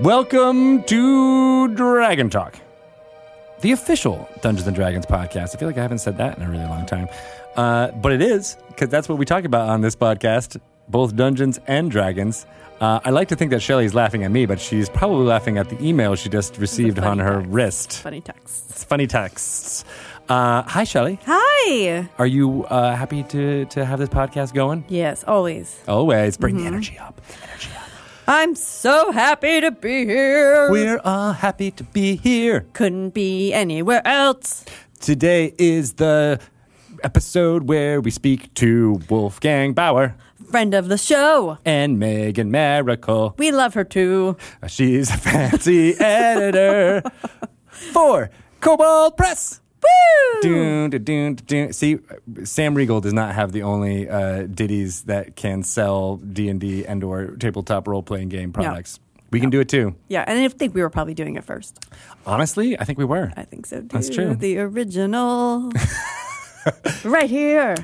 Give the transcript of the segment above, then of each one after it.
Welcome to Dragon Talk, the official Dungeons and Dragons podcast. I feel like I haven't said that in a really long time, uh, but it is because that's what we talk about on this podcast, both Dungeons and Dragons. Uh, I like to think that Shelly's laughing at me, but she's probably laughing at the email she just received on funny her text. wrist. Funny texts. It's funny texts. Uh, hi, Shelly. Hi. Are you uh, happy to, to have this podcast going? Yes, always. Always bring Mm-hmm. the energy up. Energy up. I'm so happy to be here. We're all happy to be here. couldn't be anywhere else. Today is the episode where we speak to Wolfgang Bauer Friend of the show. and Megan Miracle. We love her too. She's a fancy editor for Cobalt Press. Woo! Dun, dun, dun, dun. See, Sam Riegel does not have the only uh, ditties that can sell D and D and or tabletop role playing game products. We can do it too. Yeah, and I think we were probably doing it first. Honestly, I think we were. I think so too. That's true. The original. right here.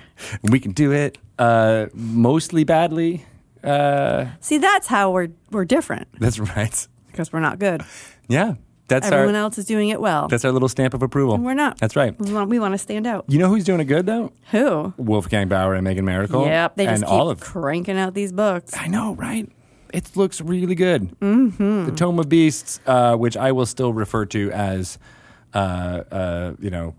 We can do it uh, mostly badly. Uh, See, that's how we're we're different that's right. because we're not good. Yeah, that's Everyone our else is doing it well. that's our little stamp of approval. We're not. That's right. We want, we want to stand out. You know who's doing it good though? Who? Wolfgang Bauer and Megan Miracle. Yep, they just and keep all of. cranking out these books. I know, right? It looks really good. Mm-hmm. The Tome of Beasts, uh, which I will still refer to as, uh, uh, you know,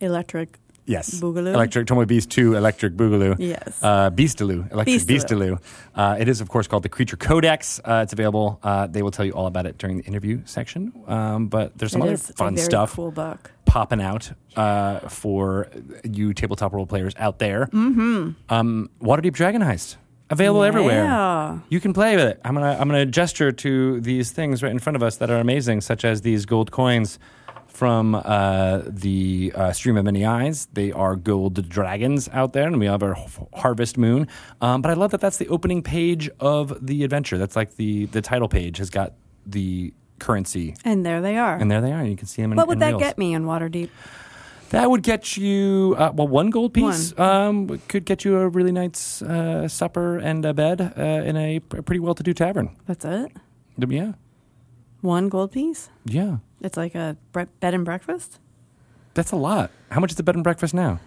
Electric. yes, Boogaloo? Electric Tome of Beasts Two, Electric Boogaloo. Yes. uh, Beastaloo, Electric Beastaloo. Beastaloo. Uh, it is, of course, called the Creature Codex. Uh, it's available. Uh, they will tell you all about it during the interview section. Um, but there's some It other is a fun very stuff. Cool book. popping out uh, for you tabletop role players out there. Mm-hmm. Um, Waterdeep Dragon Heist available everywhere. Yeah. You can play with it. I'm gonna I'm gonna gesture to these things right in front of us that are amazing, such as these gold coins from uh, the uh, Stream of Many Eyes. They are gold dragons out there, and we have our h- Harvest Moon. Um, but I love that that's the opening page of the adventure. That's like the the title page has got the currency. And there they are. And there they are. You can see them. In, what would in that reels. get me in Waterdeep? That would get you uh, well one gold piece. Um, could get you a really nice uh, supper and a bed uh, in a p- pretty well-to-do tavern. That's it. Yeah, One gold piece. yeah, It's like a bre- bed and breakfast. that's a lot. How much is the bed and breakfast now?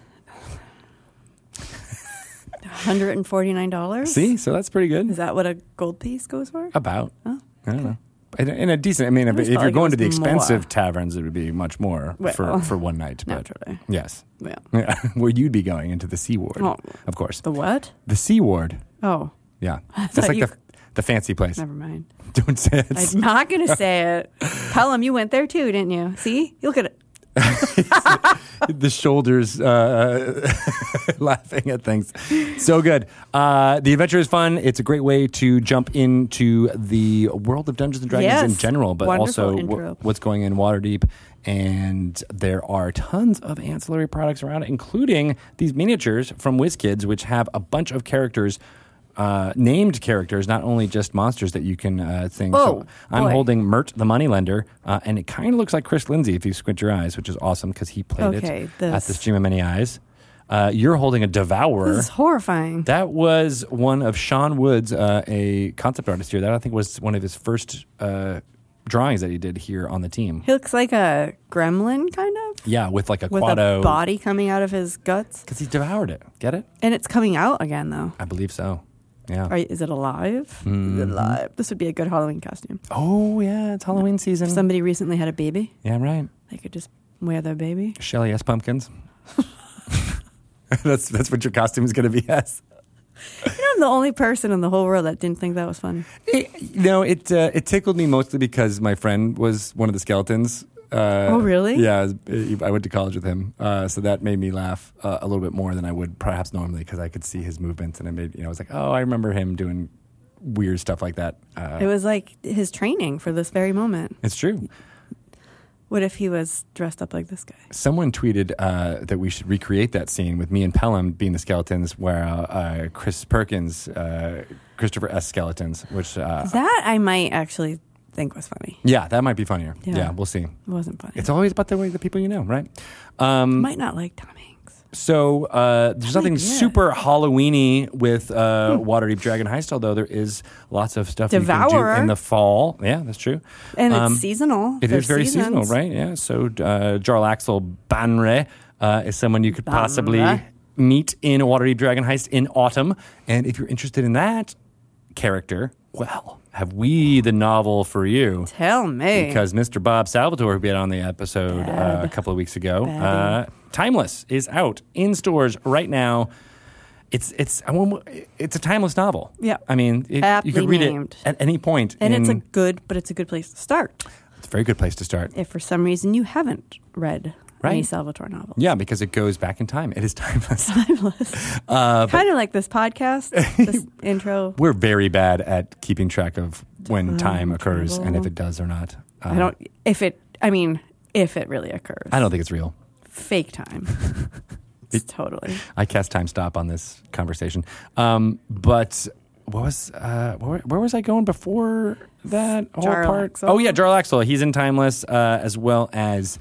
One hundred and forty nine dollars. See, so that's pretty is good. that what a gold piece goes for? About Oh, I don't know. In a- In a decent, I mean, if, I always if felt you're like it going to was the expensive more. taverns, it would be much more for, Well, for one night. But naturally. yes, Yeah. yeah. where you'd be going into the Sea Ward, Oh. of course. The what? The Sea Ward, Oh, yeah, thought that's like you- the the fancy place. never mind. Don't say it. I'm not gonna say it. Tell him you went there too, didn't you? See, you look at it. the shoulders uh, laughing at things. So good. Uh, the adventure is fun. It's a great way to jump into the world of Dungeons and Dragons in Yes. general, but Wonderful also intro. what's going in Waterdeep. And there are tons of ancillary products around, including these miniatures from WizKids, which have a bunch of characters. Uh, named characters, not only just monsters that you can uh, thing. Oh, I'm boy. holding Mert the Moneylender, uh, and it kind of looks like Chris Lindsay if you squint your eyes, which is awesome because he played Okay, it at this. the Stream of Many Eyes. Uh, you're holding a Devourer. This is horrifying. That was one of Sean Woods, uh, a concept artist here. That I think was one of his first uh, drawings that he did here on the team. He looks like a gremlin, kind of, Yeah, with like a with a quado. body coming out of his guts, Because he devoured it. Get it? and it's coming out again though. I believe so. Yeah. Are, is it alive? Mm-hmm. Is it alive? This would be a good Halloween costume. Oh, yeah. It's Halloween season. If somebody recently had a baby, yeah, right. they could just wear their baby. Shelly S. Pumpkins. that's, that's what your costume is going to be as. I'm the only person in the whole world that didn't think that was fun. It, no, it uh, it tickled me mostly because my friend was one of the skeletons. Uh, Oh, really? Yeah, it was- I went to college with him, uh, so that made me laugh uh, a little bit more than I would perhaps normally because I could see his movements and it made you know I was like, oh, I remember him doing weird stuff like that. Uh, It was like his training for this very moment. it's true. What if he was dressed up like this guy? Someone tweeted uh, that we should recreate that scene with me and Pelham being the skeletons, where uh, uh, Chris Perkins, uh, Christopher S. Skeletons, which uh, That I might actually think was funny. yeah, that might be funnier. Yeah. yeah we'll see. It wasn't funny. It's always about the way the people you know, right? Um, might not like Tom Hanks. So uh, there's nothing idea. super Halloweeny with uh, Hmm. Waterdeep Dragon Heist, although there is lots of stuff you can Devourer. do in the fall. Yeah, that's true. And Um, it's seasonal. It There's is very seasons. seasonal, right? Yeah. So uh, Jarl Axel Banre uh, is someone you could possibly Banre. meet in Waterdeep Dragon Heist in autumn, and if you're interested in that character, well, have we the novel for you? Tell me. because Mr. Bob Salvatore, who we had on the episode uh, a couple of weeks ago, uh, Timeless is out in stores right now. It's it's I won't- it's a timeless novel. Yeah. I mean, it, Aptly you could read named. it at any point, and it's a in- good, but it's a good place to start it's a very good place to start. if for some reason you haven't read any Right. Salvatore novel. Yeah, because it goes back in time. It is timeless. Uh, kind of like this podcast, this intro. We're very bad at keeping track of when time occurs and if travel. it does or not. Uh, I don't. If it, I mean, if it really occurs, I don't think it's real. fake time. It's totally. I cast time stop on this conversation. Um, but what was uh, where, where was I going before that whole Jarl part? Axel. Oh yeah, Jarl Axel. He's in Timeless uh, as well as.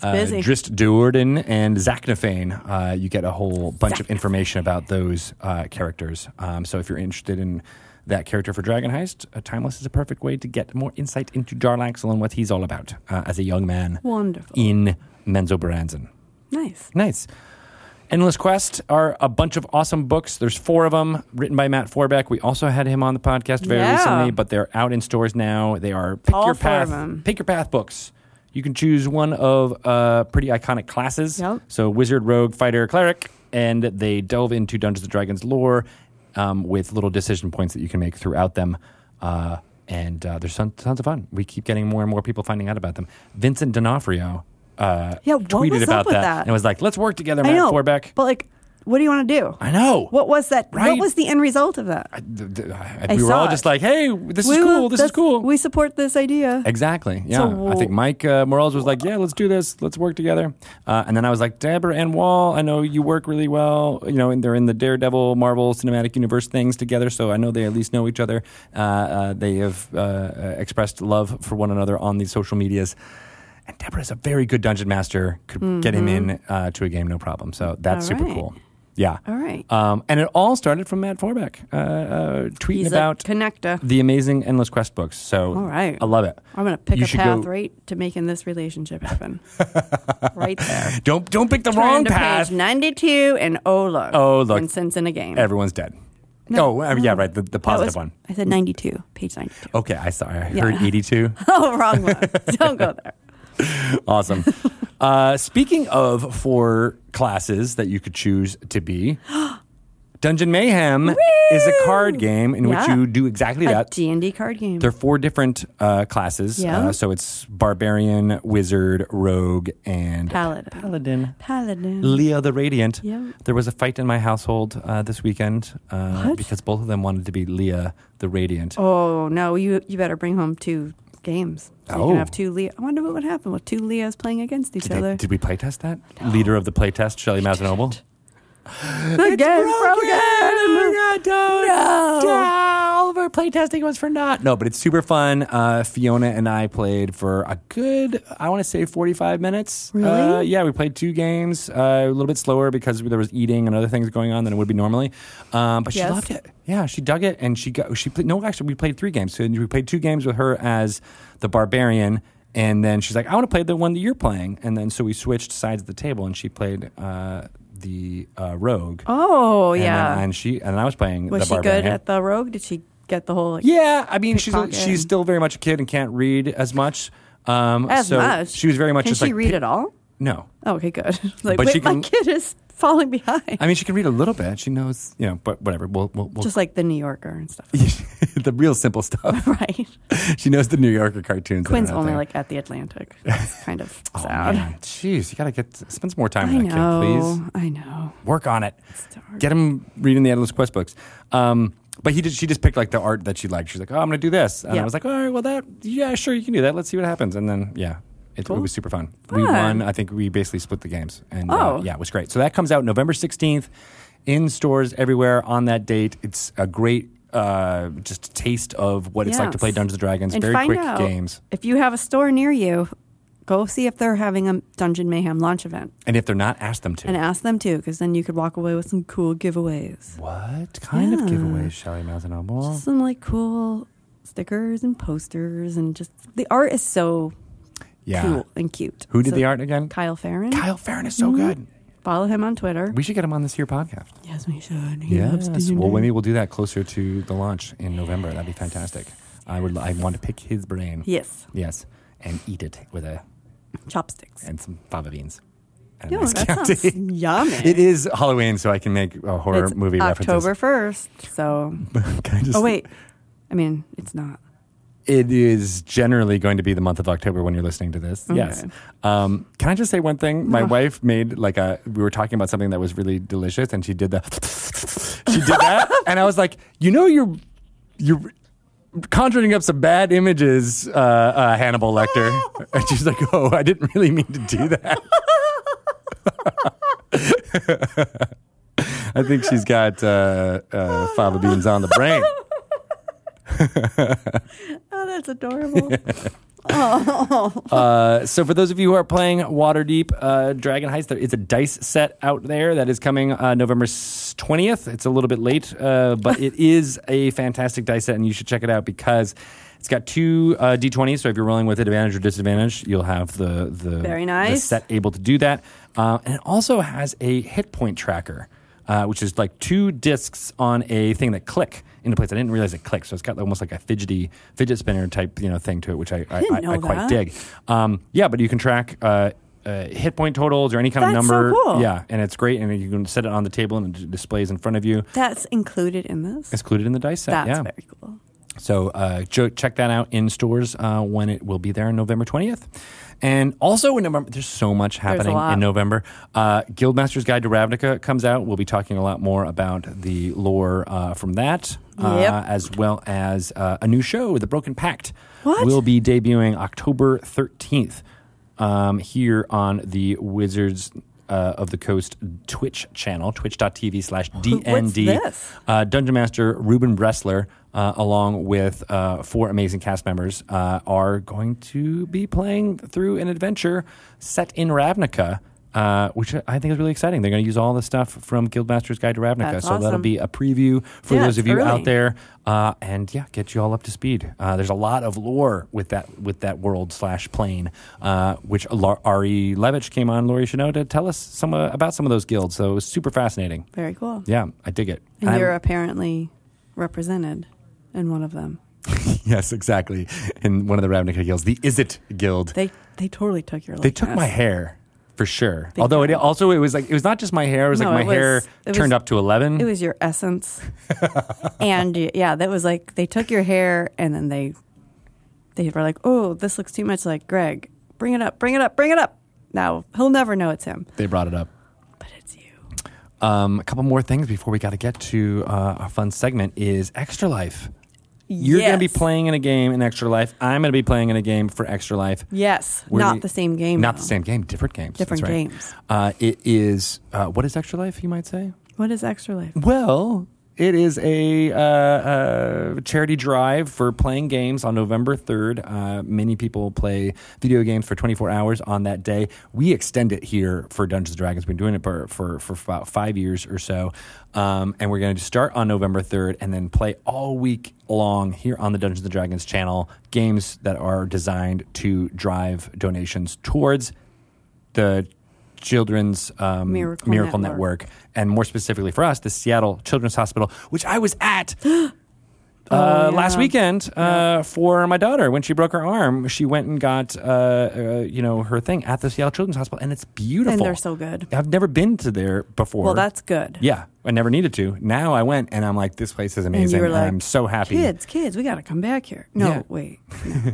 Uh, busy. Drist Duerden and Zacnophane. Uh, you get a whole bunch of information about those uh, characters. Um, so if you're interested in that character for Dragon Heist, uh, Timeless is a perfect way to get more insight into Jarl Axel and what he's all about uh, as a young man Wonderful. in Menzoberranzan. Nice. Nice. Endless Quest are a bunch of awesome books. There's four of them written by Matt Forbeck. We also had him on the podcast very Yeah. recently, but they're out in stores now. They are pick All your four path, of them. pick your path books. You can choose one of uh, pretty iconic classes. Yep. So wizard, rogue, fighter, cleric, and they delve into Dungeons and Dragons lore um, with little decision points that you can make throughout them. Uh, and uh, there's ton- tons of fun. We keep getting more and more people finding out about them. Vincent D'Onofrio. Uh, Yeah, what tweeted was up about with that, that? and was like, "Let's work together, I Matt know. Forbeck." But like, what do you want to do? I know. What was that? What Right. was the end result of that? Th- th- I- I we were saw all it. just like, "Hey, this is We will- cool. This is that's- cool." We support this idea. Exactly. Yeah. So- I think Mike uh, Morales was like, yeah, let's do this. Let's work together. Uh, and then I was like, Deborah and Wall, I know you work really well. You know, and they're in the Daredevil Marvel Cinematic Universe things together. So I know they at least know each other. Uh, uh, they have uh, uh, expressed love for one another on these social medias. And Deborah is a very good dungeon master. Could get him in uh, to a game, no problem. So that's Mm-hmm. All super right. cool. Yeah. All right. Um, and it all started from Matt Forbeck uh, uh, tweeting He's about a connector. the amazing Endless Quest books. So All right. I love it. I'm gonna pick you a should path go- right to making this relationship happen. right there. Don't don't pick the Turn wrong to path. Page 92 and oh look. Oh, look. Vincent's in a game. Everyone's dead. oh, I mean, yeah, right. The, the That positive was- one. I said 92, page 92. Okay, I sorry. I Yeah. heard 82. Oh, wrong one. Don't go there. awesome. Uh, speaking of four classes that you could choose to be, Dungeon Mayhem is a card game in which Yeah. you do exactly A that. D&D card game. There are four different uh, classes. Yeah. Uh, so it's barbarian, wizard, rogue, and Paladin. paladin. Paladin. Leah the Radiant. Mm-hmm. Yeah. There was a fight in my household uh, this weekend uh, because both of them wanted to be Leah the Radiant. Oh, no, you you better bring home two games. So you Oh. can have two Leah. I wonder what would happen with two Leahs playing against each Did, they- other. did we playtest that? Leader of the playtest, Shelley Mazenoble. the game's broken. No. Our playtesting was for not. No, but it's super fun. Uh, Fiona and I played for a good, I want to say, forty-five minutes. Really? Uh, yeah, we played two games. Uh, a little bit slower because there was eating and other things going on than it would be normally. Um, but Yes. she loved it. Yeah, she dug it, and she got she played. No, actually, we played three games. So we played two games with her as the barbarian. And then she's like, "I want to play the one that you're playing." And then so we switched sides of the table, and she played uh, the uh, rogue. Oh, And then- yeah. and she and I was playing. Was the she barbarian. good at the rogue? Did she get the whole? Yeah, I mean, she's Pickpocket. she's still very much a kid and can't read as much. Um, As so much. She was very much Can just she like read pi- at all? No, Oh, okay, good. like, But wait, she my can- kid is falling behind. I mean, she can read a little bit. She knows, you know, but whatever. We'll we'll, we'll Just like the New Yorker and stuff, the real simple stuff. right? she knows the New Yorker cartoons. that are Quinn's out only there. like at the Atlantic. It's kind of Oh, sad. man. Jeez, you gotta get spend some more time I with that kid, please. know. I know. work on it. dark. Get him reading the Endless Quest books. Um, but he did. She just picked like the art that she liked. She's like, "Oh, I'm going to do this," and Yeah. I was like, "All right, well, that yeah, sure, you can do that. Let's see what happens." And then yeah, it, it was super fun. We Fun. won. I think we basically split the games, and Oh. uh, yeah, it was great. So that comes out November 16th in stores everywhere on that date. It's a great uh, just taste of what it's like to Yes. play Dungeons and Dragons. And Very find quick out games. if you have a store near you. Go see if they're having a Dungeon Mayhem launch event And if they're not, ask them to. and ask them too, because then you could walk away with some cool giveaways. what kind of Yeah. giveaways, Shelly Mazanoble? Just some like cool stickers and posters, and just the art is so Yeah. cool and cute. Who did So- the art again? Mm-hmm. Kyle Farron. Kyle Farron is so good. Follow him on Twitter. We should get him on this here podcast. yes, we should. He loves Yes. to Well, maybe we'll do that closer to the launch in November. That'd be fantastic. I would. I want to pick his brain. Yes, Yes, and eat it with a chopsticks. and some fava beans. And a Yo, nice that Chianti. sounds yummy. It is Halloween, so I can make a horror It's movie October first. So, references. Can I just- oh wait, I mean it's not. It is generally going to be the month of October when you're listening to this. Yes. Okay. Um, can I just say one thing? My No. wife made like a. We were talking about something that was really delicious, and she did the. she did that, and I was like, you know, you're you're conjuring up some bad images, uh, uh, Hannibal Lecter. and she's like, oh, I didn't really mean to do that. I think she's got uh, uh, fava beans on the brain. Oh, that's adorable. oh, Uh, so for those of you who are playing Waterdeep uh, Dragon Heist, there is a dice set out there that is coming uh, November twentieth. It's a little bit late, uh, but it is a fantastic dice set, and you should check it out because it's got two uh, d20s. So if you're rolling with advantage or disadvantage, you'll have the the, Very the nice. set able to do that, uh, and it also has a hit point tracker. Uh, which is like two discs on a thing that click into place. I didn't realize it clicked, so it's got almost like a fidgety fidget spinner type you know thing to it, which I I, didn't I- know I quite that. dig. Um, yeah, but you can track uh, uh, hit point totals or any kind of That's so number. cool. Yeah, and it's great, and you can set it on the table and it displays in front of you. that's included in this. It's included in the dice set. That's yeah, very cool. so uh, jo- check that out in stores uh, when it will be there on November 20th. And also in November, there's so much happening lot. in November. Uh, Guildmaster's Guide to Ravnica comes out. We'll be talking a lot more about the lore uh, from that, uh, Yep. as well as uh, a new show, The Broken Pact, What? will be debuting October 13th um, here on the Wizards uh, of the Coast Twitch channel, twitch.tv slash DND. this? Uh, Dungeon Master Ruben Bressler, uh, along with uh, four amazing cast members, uh, are going to be playing through an adventure set in Ravnica. Uh, which I think is really exciting. They're going to use all the stuff from Guildmaster's Guide to Ravnica, That's so that'll awesome. be a preview for Yeah, those of it's you out early. there, uh, and yeah, get you all up to speed. Uh, there's a lot of lore with that with that world slash plane, uh, which La- Ari Levitch came on Laurie Chanot to tell us some uh, about some of those guilds. So it was super fascinating. Very cool. Yeah, I dig it. And I'm- you're apparently represented in one of them. Yes, exactly. In one of the Ravnica guilds, the Is It Guild. They, They they totally took your. took likeness. my hair for sure. They Although it did. also it was like it was not just my hair. It was No, like it my hair was- it turned was- up to eleven. It was your essence, and y- yeah, that was like they took your hair and then they they were like, "Oh, this looks too much like Greg. Bring it up, bring it up, bring it up." Now he'll never know it's him, they brought it up. but it's you. Um, a couple more things before we got to get to uh, our fun segment is Extra Life. You're going to be Yes. playing in a game in Extra Life. I'm going to be playing in a game for Extra Life. Yes, We're not gonna- the same game. Not though. the same game, different games. That's Different right. games. Uh, it is, uh, what is Extra Life, you might say? What is extra life? Well, it is a uh, uh, charity drive for playing games on November 3rd. Uh, many people play video games for 24 hours on that day. We extend it here for Dungeons and Dragons. We've been doing it for, for, for about five years or so. Um, and we're going to start on November 3rd and then play all week long here on the Dungeons and Dragons channel games that are designed to drive donations towards the Children's um, Miracle Network. Network. and more specifically for us, the Seattle Children's Hospital, which I was at. Uh, Last Oh, yeah. weekend, uh, for my daughter, when she broke her arm, she went and got uh, uh, you know her thing at the Seattle Children's Hospital, and it's beautiful. And they're so good. I've never been to there before. Well, that's good. yeah, I never needed to. Now I went, and I'm like, this place is And amazing. you were like, I'm so happy. Kids, kids, we got to come back here. No, Yeah. wait.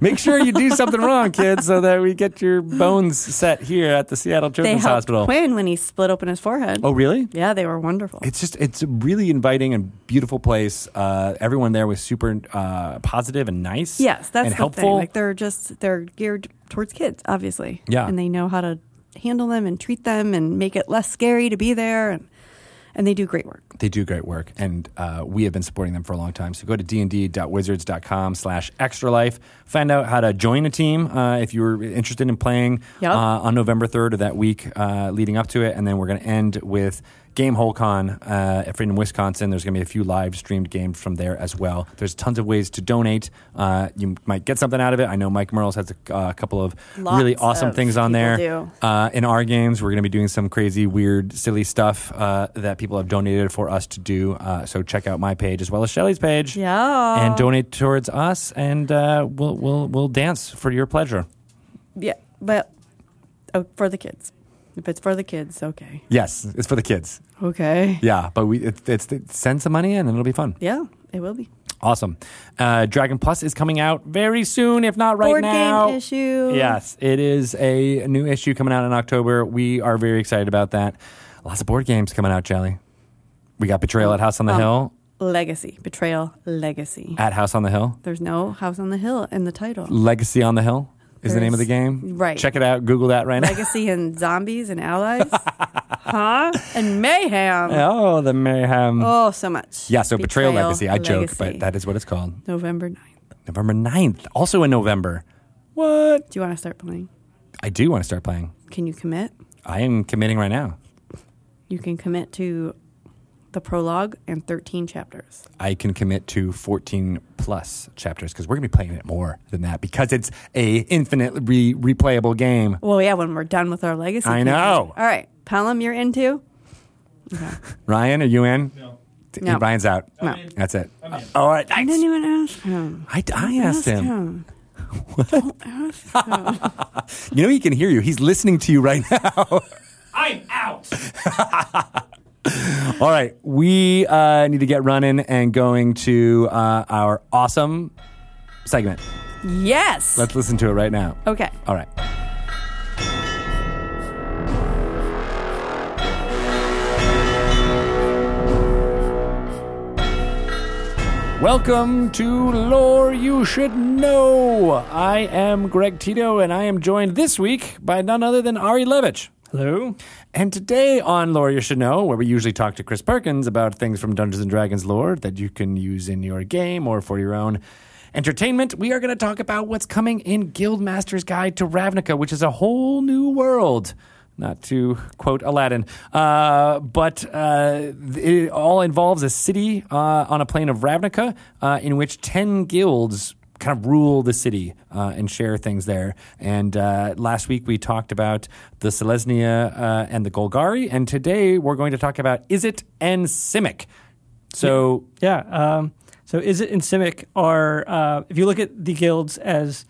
Make sure you do something wrong, kids, so that we get your bones set here at the Seattle They Children's helped Hospital. Quinn when he split open his forehead. Oh, really? Yeah, they were wonderful. It's just it's a really inviting and beautiful place. Uh, everyone there was super uh, positive and nice. yes, that's and the helpful. thing. Like they're just they're geared towards kids, obviously. Yeah. and they know how to handle them and treat them and make it less scary to be there. And and they do great work. They do great work, and uh, we have been supporting them for a long time. So go to dnd.wizards.com slash extra life. Find out how to join a team uh, if you're interested in playing Yep. uh, on November 3rd or that week uh, leading up to it. And then we're going to end with Game Hole Con uh, at Freedom, Wisconsin. There's going to be a few live streamed games from there as well. There's tons of ways to donate. Uh, you might get something out of it. I know Mike Merles has a uh, couple of really Lots awesome of things on people there. do. Uh, in our games, we're going to be doing some crazy, weird, silly stuff uh, that people have donated for us to do. Uh, so check out my page as well as Shelly's page, Yeah. and donate towards us, and uh, we'll we'll we'll dance for your pleasure. Yeah, but oh, for the kids. If it's for the kids, okay. Yes, it's for the kids. Okay. Yeah, but we it, it's send some money in, and it'll be fun. Yeah, it will be. Awesome. Uh, Dragon Plus is coming out very soon, if not right Board now. game issue. Yes, it is a new issue coming out in October. We are very excited about that. Lots of board games coming out, Jelly. We got Betrayal at House on the Um, Hill. Legacy. Betrayal, legacy. At House on the Hill. There's no house on the hill in the title. Legacy on the Hill is the name of the There's- game. right. Check it out. Google that right now. Legacy and zombies and allies. huh? And mayhem. oh, the mayhem. Oh, so much. yeah, so Betrayal, Legacy. I joke, joke, but that is what it's called. November 9th. November 9th, also in November. What? Do you want to start playing? I do want to start playing. Can you commit? I am committing right now. You can commit to the prologue and 13 chapters. I can commit to 14 plus chapters because we're going to be playing it more than that because it's a infinitely re- replayable game. Well, yeah, when we're done with our legacy. I campaign. know. All right, Pelham, you're into? Okay. Ryan, are you in? No. T- No. Ryan's out. No. in. That's it. I'm in. All right. I I, didn't even ask him. I, I asked Ask him. Don't ask him. You know he can hear you. He's listening to you right now. I'm out. All right. We uh, need to get running and going to uh, our awesome segment. yes. Let's listen to it right now. okay. All right. Welcome to Lore You Should Know. I am Greg Tito, and I am joined this week by none other than Ari Levitch. Hello. And today on Lore You Should Know, where we usually talk to Chris Perkins about things from Dungeons and Dragons lore that you can use in your game or for your own entertainment, we are going to talk about what's coming in Guildmaster's Guide to Ravnica, which is a whole new world not to quote Aladdin, uh, but uh, it all involves a city uh, on a plane of Ravnica uh, in which 10 guilds kind of rule the city uh, and share things there. And uh, last week we talked about the Selesnya uh, and the Golgari, and today we're going to talk about Izzet and Simic. So, Yeah. Um, so is it and Simic are uh, if you look at the guilds as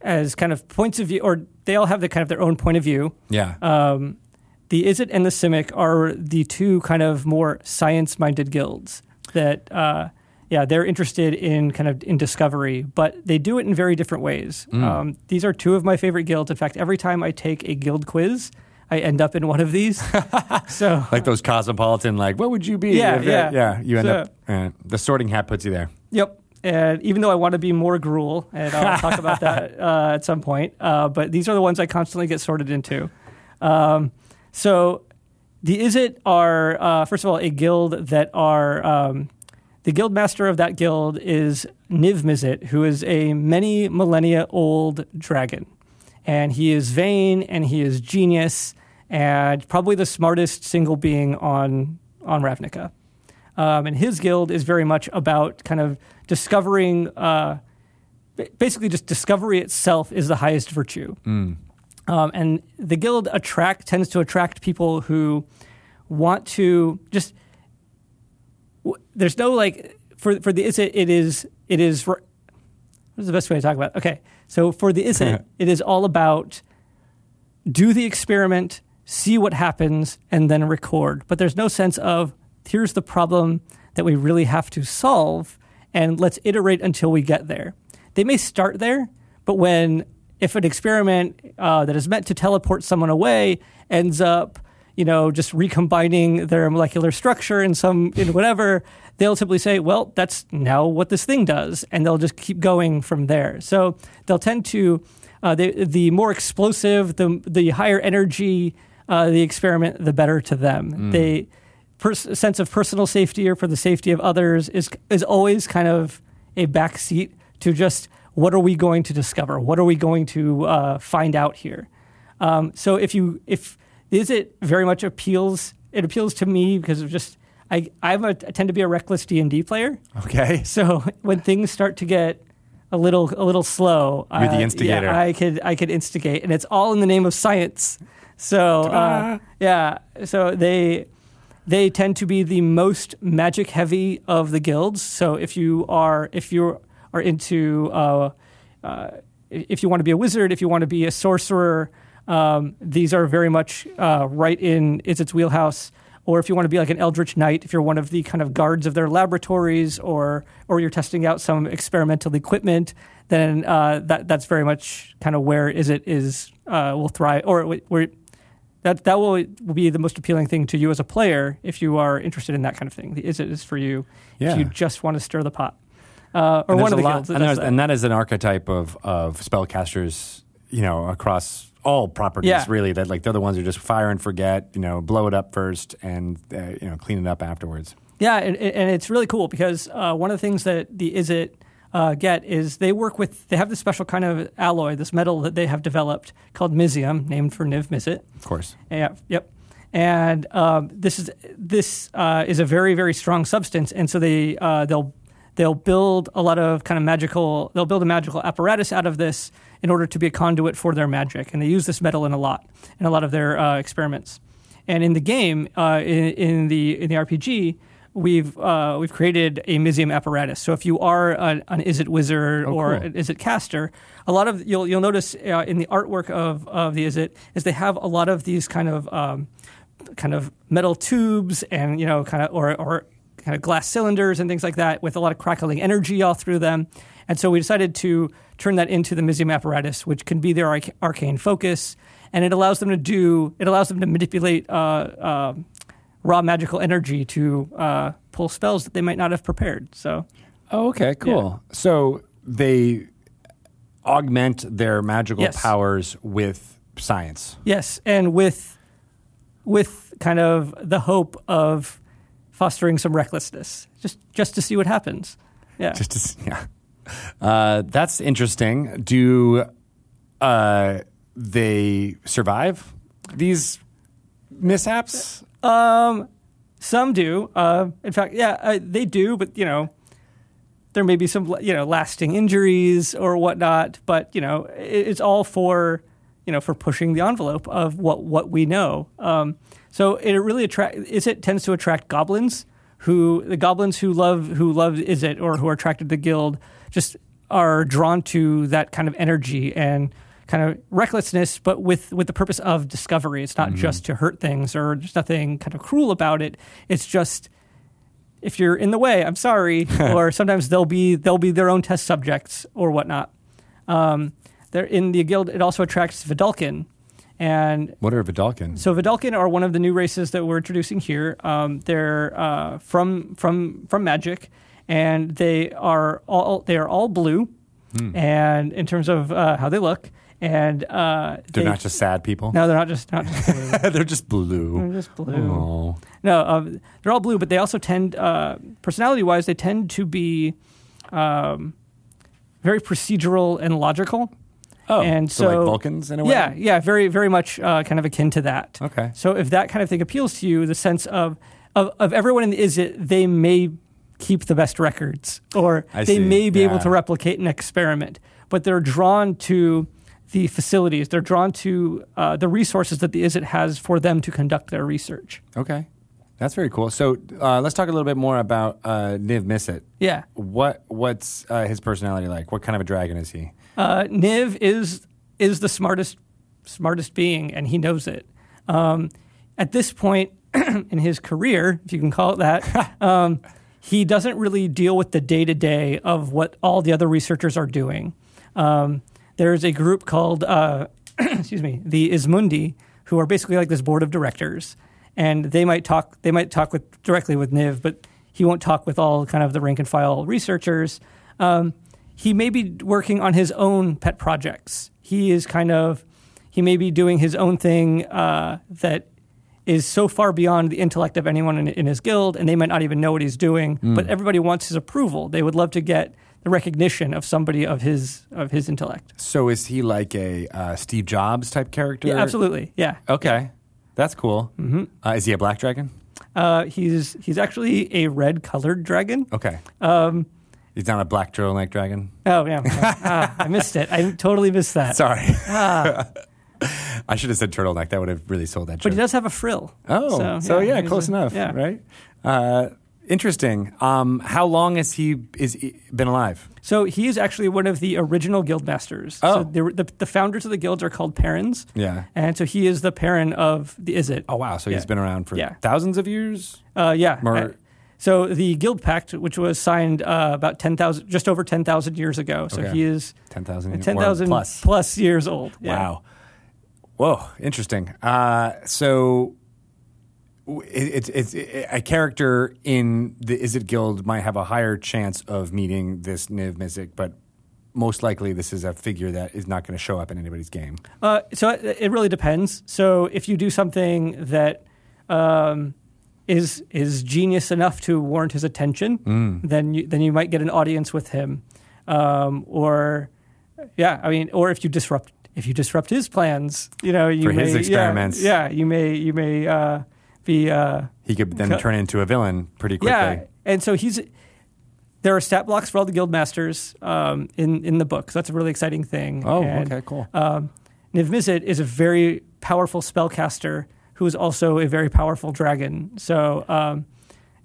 as kind of points of view, or they all have the kind of their own point of view. yeah. Um, the Izzet and the Simic are the two kind of more science minded guilds that uh, yeah they're interested in kind of in discovery, but they do it in very different ways. Um, these are two of my favorite guilds. In fact, every time I take a guild quiz, I end up in one of these. so like those cosmopolitan, like, what would you be? Yeah, if it- yeah. yeah. You end So- up, uh, the sorting hat puts you there. Yep. And even though I want to be more gruel, and I'll talk about that uh, at some point, uh, but these are the ones I constantly get sorted into. Um, so the Izzet are, uh, first of all, a guild that are, um, the guild master of that guild is Niv Mizzet, who is a many millennia old dragon. And he is vain and he is genius and probably the smartest single being on, on Ravnica um, and his guild is very much about kind of discovering uh, ba- basically just discovery itself is the highest virtue um, and the guild attract tends to attract people who want to just w- there's no like for for the is it it is it is r- what's the best way to talk about it? okay so for the is it it is all about do the experiment, see what happens, and then record. But there's no sense of here's the problem that we really have to solve, and let's iterate until we get there. They may start there, but when if an experiment uh, that is meant to teleport someone away ends up, you know, just recombining their molecular structure in some in whatever, they'll simply say, "Well, that's now what this thing does," and they'll just keep going from there. So they'll tend to uh, the the more explosive, the the higher energy uh, the experiment, the better to them. They pers- sense of personal safety or for the safety of others is is always kind of a backseat to just what are we going to discover? What are we going to uh, find out here? Um, so if you if is it very much appeals it appeals to me because of just I I'm a, I tend to be a reckless D and D player. Okay. So when things start to get a little a little slow, You're the uh, instigator. yeah, I could I could instigate, and it's all in the name of science. So uh, yeah, so they they tend to be the most magic heavy of the guilds. So if you are if you are into uh, uh, if you want to be a wizard, if you want to be a sorcerer, um, these are very much uh, right in is its wheelhouse. Or if you want to be like an eldritch knight, if you're one of the kind of guards of their laboratories, or or you're testing out some experimental equipment, then uh, that that's very much kind of where is it is uh, will thrive or it- where that that will, will be the most appealing thing to you as a player if you are interested in that kind of thing. The is it is for you Yeah. if you just want to stir the pot uh, or And one there's of a the lot- guilds. that and, does there's- that. and that is an archetype of of spellcasters, you know, across all properties Yeah. really. That like they're the ones who just fire and forget, you know, blow it up first and uh, you know clean it up afterwards. Yeah, and, and and it's really cool because uh, one of the things that the Is It uh, get is they work with they have this special kind of alloy, this metal that they have developed called misium, named for Niv Mizzet. Of course. Yeah. Yep. And um, this is this uh, is a very very strong substance, and so they uh, they'll they'll build a lot of kind of magical they'll build a magical apparatus out of this in order to be a conduit for their magic, and they use this metal in a lot in a lot of their uh, experiments. And in the game, uh, in, in the in the RPG, we've uh, we've created a Mizium apparatus. So if you are an, an Is It Wizard or cool. an Is It Caster, a lot of you'll you'll notice uh, in the artwork of of the Is It is they have a lot of these kind of um, kind of metal tubes and you know kind of or or kind of glass cylinders and things like that with a lot of crackling energy all through them. And so we decided to turn that into the Mizium apparatus, which can be their arc- arcane focus, and it allows them to do it allows them to manipulate. Uh, uh, raw magical energy to uh, pull spells that they might not have prepared. So Oh, okay, cool. So they augment their magical Yes. powers with science. yes, and with with kind of the hope of fostering some recklessness, just just to see what happens. Yeah. Just to, s- yeah. Uh, that's interesting. Do uh, they survive these mishaps? Um, some do. Uh, in fact, yeah, uh, they do. But you know, there may be some you know lasting injuries or whatnot. But you know, i it's all for you know for pushing the envelope of what what we know. Um, so it really attract is it tends to attract goblins who the goblins who love who love is it or who are attracted to the guild just are drawn to that kind of energy and kind of recklessness, but with with the purpose of discovery. It's not just to hurt things or there's nothing kind of cruel about it. It's just if you're in the way, I'm sorry. or sometimes they'll be they'll be their own test subjects or whatnot. Um, they're in the guild. It also attracts Vidalkin, and What are Vidalkins? so Vidalkin are one of the new races that we're introducing here. Um, they're uh, from from from Magic, and they are all they are all blue, Hmm. and in terms of uh, how they look, and uh, They're they- not just sad people. no, they're not just not just blue. They're just blue. they're just blue. Oh. No, um, they're all blue, but they also tend, uh, personality wise, they tend to be um, very procedural and logical. and Oh, so, like so- Vulcans in a way. Yeah, yeah, very, very much uh, kind of akin to that. Okay. So if that kind of thing appeals to you, the sense of of, of everyone in the is it they may keep the best records, or I they see, may be able yeah. to replicate an experiment, but they're drawn to the facilities, they're drawn to uh, the resources that the is it has for them to conduct their research. Okay. That's very cool. So uh, let's talk a little bit more about uh, Niv Mizzet. Yeah. What what's uh, his personality like? What kind of a dragon is he? Uh, Niv is is the smartest smartest being, and he knows it. Um, at this point in his career, if you can call it that, um, he doesn't really deal with the day to day of what all the other researchers are doing. Um, there is a group called, uh, excuse me, the Ismundi, who are basically like this board of directors, and they might talk. They might talk with directly with Niv, but he won't talk with all kind of the rank and file researchers. Um, he may be working on his own pet projects. He is kind of, he may be doing his own thing uh, that is so far beyond the intellect of anyone in, in his guild, and they might not even know what he's doing. Hmm. But everybody wants his approval. They would love to get the recognition of somebody of his of his intellect. So is he like a uh, Steve Jobs type character? Yeah, absolutely. Yeah, Okay, that's cool. Mm-hmm. Uh, is he a black dragon? uh, he's he's actually a red colored dragon. Okay. Um, He's not a black drill like dragon. Oh yeah, Ah, I missed it. I totally missed that. Sorry. I should have said turtleneck. That would have really sold that. Ah. But joke. he does have a frill. Oh, so, yeah, he's close a- enough, yeah. right? Uh, interesting. Um, how long has he is he been alive? So he is actually one of the original guild masters. Oh. So they were- the, the founders of the guilds are called parents. Yeah. And so he is the parent of the is it? Oh wow, so he's Yeah. been around for Yeah. thousands of years. Uh, yeah. Mer- so the guild pact, which was signed uh, about ten thousand, just over ten thousand years ago. So Okay. he is Ten thousand. ten thousand plus. plus years old. Yeah. Wow. Whoa, interesting. Uh, so. w- It's it's a character in the Is It Guild might have a higher chance of meeting this Niv Mizzet, but most likely this is a figure that is not going to show up in anybody's game. Uh, so it, it really depends. So if you do something that um, is is genius enough to warrant his attention, Mm. then you, then you might get an audience with him, um, or yeah, I mean, or if you disrupt if you disrupt his plans, you know, you For may, his yeah, experiments. yeah, you may you may uh, be uh, He could then Co- turn into a villain pretty quickly. yeah, and so he's there are stat blocks for all the guild masters um, in in the book. So that's a really exciting thing. Oh, And, okay, cool. Um, Niv Mizzet is a very powerful spellcaster who is also a very powerful dragon. So, um,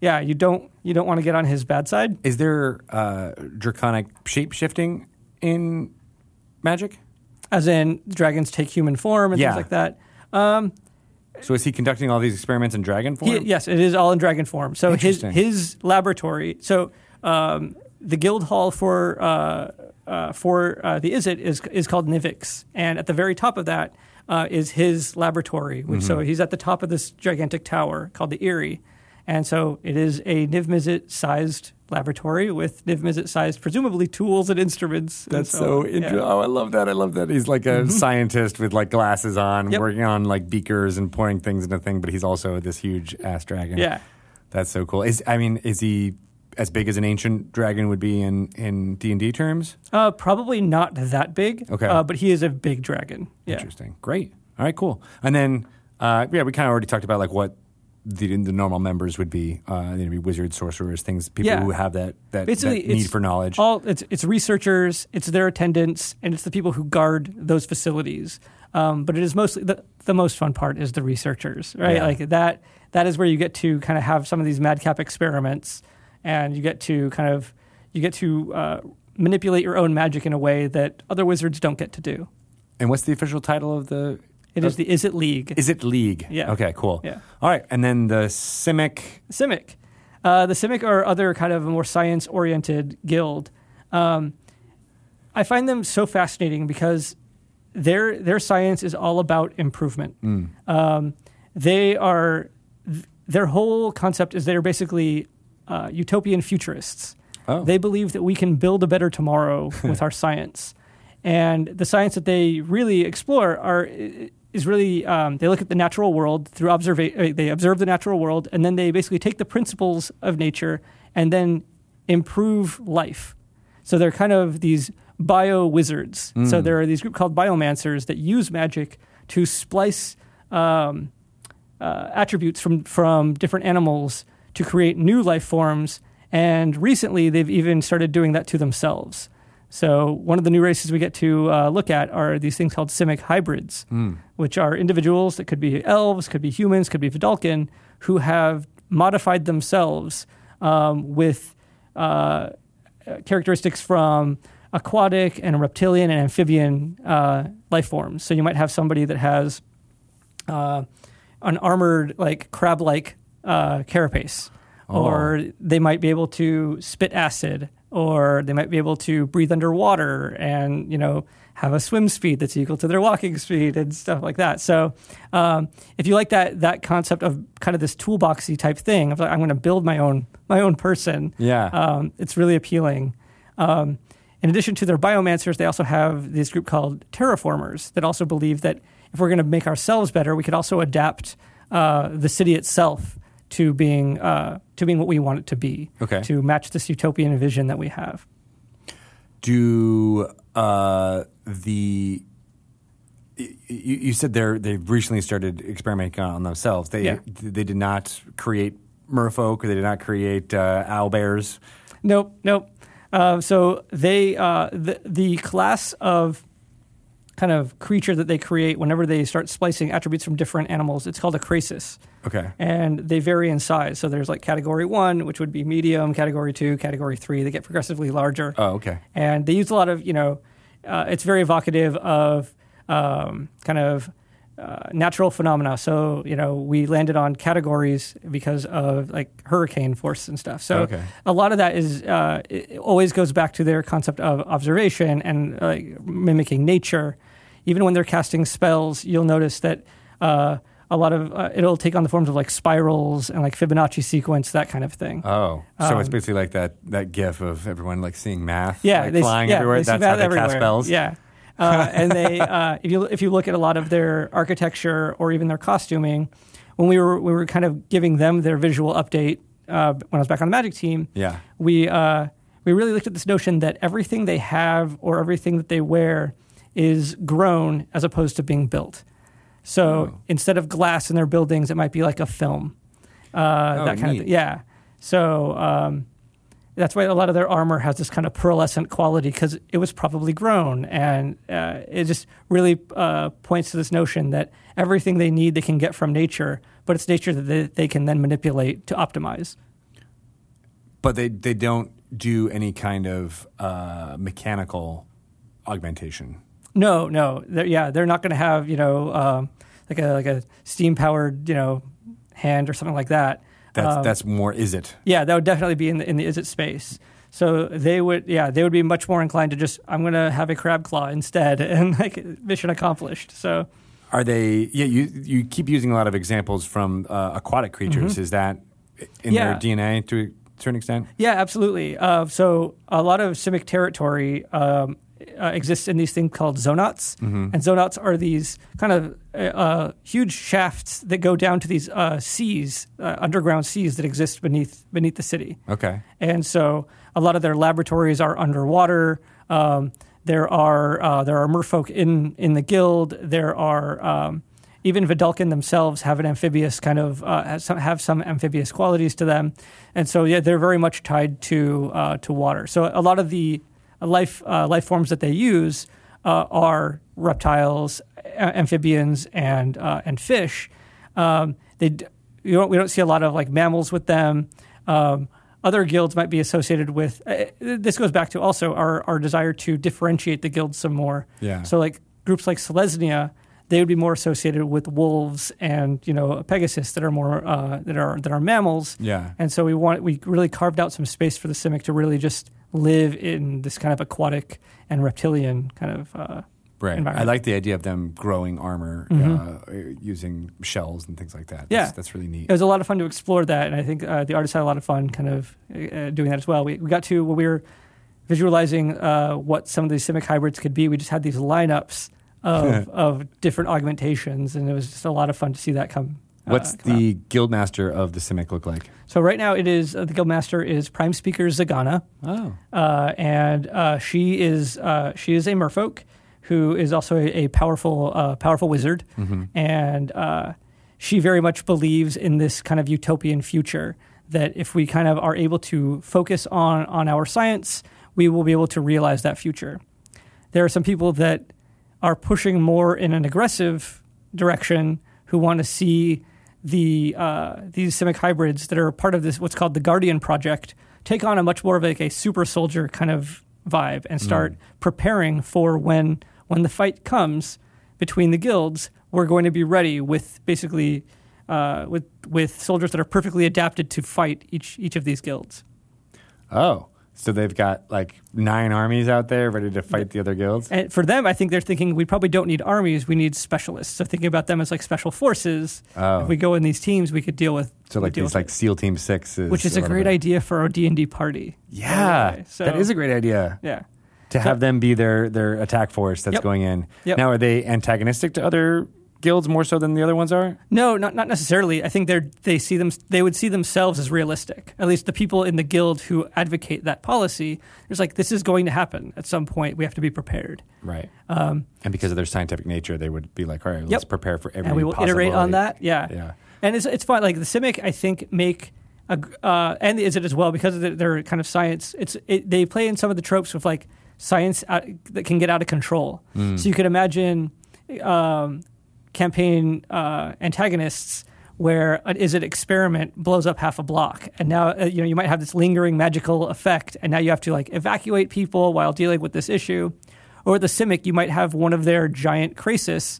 yeah, you don't you don't want to get on his bad side. Is there uh, draconic shape shifting in magic? As in, dragons take human form and Yeah. things like that. So is he conducting all these experiments in dragon He- form? yes, it is all in dragon form. So his Interesting. his laboratory. So um, the guild hall for uh, uh, for uh, the Izzet is is called Nivix, and at the very top of that uh, is his laboratory. Which Mm-hmm. so he's at the top of this gigantic tower called the Eyrie, and so it is a Niv Mizzet sized laboratory with Niv Mizzet sized presumably tools and instruments. and That's so yeah. interesting. Oh, I love that. I love that. He's like a scientist with like glasses on, Yep. working on like beakers and pouring things into thing, but he's also this huge ass dragon. Yeah. That's so cool. Is I mean, is he as big as an ancient dragon would be in in D&D terms? Uh, probably not that big. Okay. uh, but he is a big dragon. Yeah. Interesting. Great. All right, cool. And then, uh, yeah, we kind of already talked about like what the, the normal members would be. Uh, they'd be wizards, sorcerers, things, people Yeah. who have that that, basically that need it's for knowledge. All it's it's researchers, it's their attendants, and it's the people who guard those facilities. Um, but it is mostly the, the most fun part is the researchers, right? Yeah. Like that that is where you get to kind of have some of these madcap experiments, and you get to kind of you get to uh, manipulate your own magic in a way that other wizards don't get to do. and what's the official title of the? It is the Is It League? Is it League? Yeah. Okay. Cool. Yeah. All right, and then the Simic. Simic. Uh, the Simic are other kind of more science oriented guild. Um, I find them so fascinating because their their science is all about improvement. Um, they are th- their whole concept is they're basically uh, utopian futurists. Oh. They believe that we can build a better tomorrow with our science, and the science that they really explore are is really um, they look at the natural world through observa- uh, They observe the natural world, and then they basically take the principles of nature and then improve life. So they're kind of these bio wizards. So there are these group called biomancers that use magic to splice um, uh, attributes from from different animals to create new life forms. And recently, they've even started doing that to themselves. So one of the new races we get to uh, look at are these things called simic hybrids, which are individuals that could be elves, could be humans, could be Vidalcan, who have modified themselves um, with uh, uh, characteristics from aquatic and reptilian and amphibian uh, life forms. So you might have somebody that has uh, an armored, like crab like uh, carapace, or they might be able to spit acid, or they might be able to breathe underwater and, you know, have a swim speed that's equal to their walking speed and stuff like that. So, um, if you like that that concept of kind of this toolboxy type thing, of like, I'm going to build my own my own person, Yeah. um, it's really appealing. Um, in addition to their biomancers, they also have this group called terraformers that also believe that if we're going to make ourselves better, we could also adapt uh, the city itself to being uh, to being what we want it to be. Okay. To match this utopian vision that we have. Do uh, the y- y- you said they're they've recently started experimenting on themselves. They Yeah. they did not create merfolk. They did not create uh, owl bears. Nope, nope. Uh, so they uh, the the class of kind of creature that they create whenever they start splicing attributes from different animals. It's called a crasis, Okay. and they vary in size. So there's like category one, which would be medium. Category two, category three. They get progressively larger, Oh, okay. and they use a lot of you know. Uh, it's very evocative of um, kind of. Uh, natural phenomena. So you know, we landed on categories because of like hurricane force and stuff. So Okay. a lot of that is uh, it it always goes back to their concept of observation and uh, mimicking nature. Even when they're casting spells, you'll notice that uh, a lot of uh, it'll take on the forms of like spirals and like Fibonacci sequence, that kind of thing. Oh, so it's basically like that that GIF of everyone like seeing math, Um, yeah, like they, s- flying yeah, everywhere. they see That's that how they everywhere. cast spells. Yeah, uh, and they uh, if you if you look at a lot of their architecture or even their costuming, when we were we were kind of giving them their visual update uh, when I was back on the Magic team, Yeah. we uh, we really looked at this notion that everything they have or everything that they wear is grown as opposed to being built. Oh. So instead of glass in their buildings, it might be like a film, uh, Oh, that kind neat. of thing. Yeah. So um, that's why a lot of their armor has this kind of pearlescent quality because it was probably grown, and uh, it just really uh, points to this notion that everything they need they can get from nature, but it's nature that they, they can then manipulate to optimize. But they they don't do any kind of uh, mechanical augmentation. No, no, they're, yeah, they're not going to have you know um, like a like a steam powered you know hand or something like that. That's Um, that's more. Is it? yeah, that would definitely be in the in the is it space. So they would yeah they would be much more inclined to just I'm going to have a crab claw instead and like mission accomplished. So Are they? Yeah, you you keep using a lot of examples from uh, aquatic creatures. Is that in Mm-hmm. Yeah. their DNA to a certain extent? Yeah, absolutely. Uh, so a lot of Simic territory um, uh, exists in these things called zonauts, and zonauts are these kind of uh, uh, huge shafts that go down to these uh, seas, uh, underground seas that exist beneath beneath the city. Okay. And so a lot of their laboratories are underwater. Um, there are uh, there are merfolk in in the guild. There are um, even Vidalkin themselves have an amphibious kind of uh, have, some, have some amphibious qualities to them, and so yeah, they're very much tied to uh, to water. So a lot of the life uh, life forms that they use uh, are reptiles, a- amphibians, and uh, and fish. Um, they d- you don't, we don't see a lot of like mammals with them. Um, other guilds might be associated with. Uh, this goes back to also our, our desire to differentiate the guilds some more. Yeah. So like groups like Selesnia, they would be more associated with wolves and you know Pegasus that are more uh, that are that are mammals. Yeah. And so we want we really carved out some space for the Simic to really just live in this kind of aquatic and reptilian kind of uh, Right. I environment. Mm-hmm. like the idea of them growing armor uh, using shells and things like that. Yeah. That's, that's really neat. it was a lot of fun to explore that, and I think uh, the artists had a lot of fun kind of uh, doing that as well. We, we got to when we were visualizing uh, what some of these Simic hybrids could be. We just had these lineups of of different augmentations, and it was just a lot of fun to see that come. uh, What's come out. the guildmaster of the Simic look like? so right now it is uh, the guildmaster is Prime Speaker Zagana, Oh. uh, and uh, she is uh, she is a merfolk who is also a, a powerful uh, powerful wizard, and uh, she very much believes in this kind of utopian future that if we kind of are able to focus on on our science, we will be able to realize that future. There are some people that are pushing more in an aggressive direction who want to see the uh, these simic hybrids that are part of this what's called the Guardian project take on a much more of like a super soldier kind of vibe and start preparing for when when the fight comes between the guilds we're going to be ready with basically uh, with with soldiers that are perfectly adapted to fight each each of these guilds Oh. So they've got like nine armies out there ready to fight the other guilds. And for them, I think they're thinking we probably don't need armies, we need specialists. So thinking about them as like special forces. Oh. If we go in these teams, we could deal with So like deal these with like SEAL Team Six is it. which is a little great bit- idea for our D and D party. Yeah, Okay, so- that is a great idea Yeah. to have them be their their attack force that's Yep. going in. Yep. Now, are they antagonistic to other guilds more so than the other ones are? No, not not necessarily. I think they they see them they would see themselves as realistic. At least the people in the guild who advocate that policy, it's like this is going to happen at some point. We have to be prepared, Right. um, And because of their scientific nature, they would be like, all right, let's prepare for every and we will iterate on possibility. that. Yeah, Yeah. and it's it's fun. Like the Simic, I think make. A, g- uh, and is it as well because of the, their kind of science? It's it, they play in some of the tropes with like science out, that can get out of control. Mm. So you could imagine um, campaign uh, antagonists where an is it experiment blows up half a block and now uh, you know you might have this lingering magical effect and now you have to like evacuate people while dealing with this issue or the simic you might have one of their giant crisis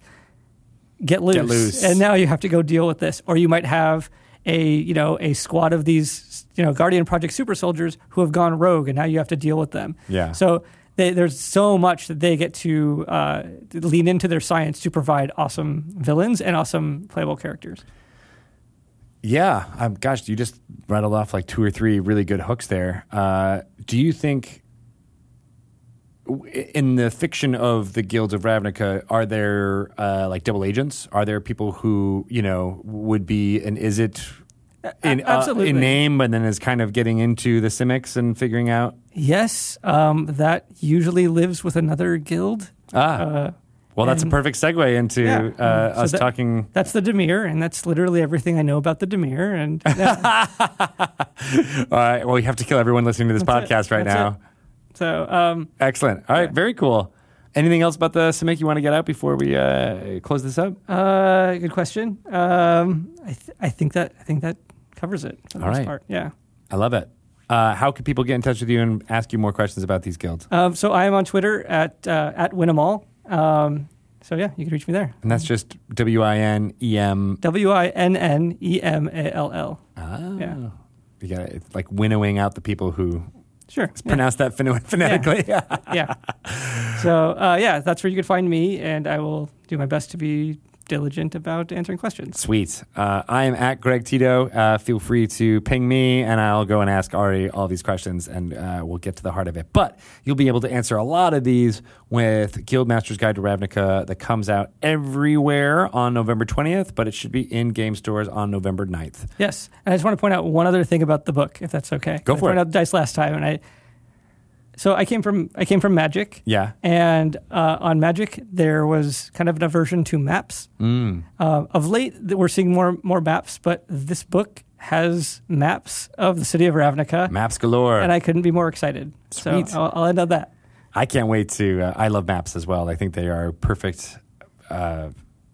get loose, loose. and now you have to go deal with this or you might have a you know a squad of these you know guardian project super soldiers who have gone rogue and now you have to deal with them Yeah. so they, there's so much that they get to uh, lean into their science to provide awesome villains and awesome playable characters. Yeah. Um, gosh, you just rattled off like two or three really good hooks there. Uh, do you think, w- in the fiction of the Guilds of Ravnica, are there uh, like double agents? Are there people who, you know, would be an is it? In, uh, absolutely. in name, but then is kind of getting into the Simics and figuring out. Yes, um, that usually lives with another guild. Ah, Uh, well, that's a and- perfect segue into Yeah. uh, Mm. So us that- talking. that's the Demir, and that's literally everything I know about the Demir. And All right, uh, well, you have to kill everyone listening to this That's it. podcast right That's now. so, um, Excellent. All right, very cool. Anything else about the Simic you want to get out before we uh, close this up? uh, good question. Um, I, th- I think that I think that covers it. For the All most right. part. yeah. I love it. Uh, how can people get in touch with you and ask you more questions about these guilds? Um, so I am on Twitter at uh, at Winamall. Um, so yeah, you can reach me there. And that's just W I N E M. W i n n e m a l l. Ah, Yeah. you got it's like winnowing out the people who Sure. Yeah. pronounce that phono- phonetically. yeah. So uh, yeah, that's where you can find me, and I will do my best to be diligent about answering questions. Sweet. Uh, I am at Greg Tito. Uh, feel free to ping me, and I'll go and ask Ari all these questions, and uh, we'll get to the heart of it. But you'll be able to answer a lot of these with Guildmaster's Guide to Ravnica that comes out everywhere on November 20th, but it should be in game stores on November 9th. Yes, and I just want to point out one other thing about the book, if that's okay. Go I for pointed it. out dice last time, and I. So I came from I came from Magic, Yeah. and uh, on Magic there was kind of an aversion to maps. Mm. Uh, of late, th- we're seeing more more maps, but this book has maps of the city of Ravnica, Maps galore. and I couldn't be more excited. Sweet. So I'll, I'll end on that. I can't wait to. Uh, I love maps as well. I think they are a perfect, uh,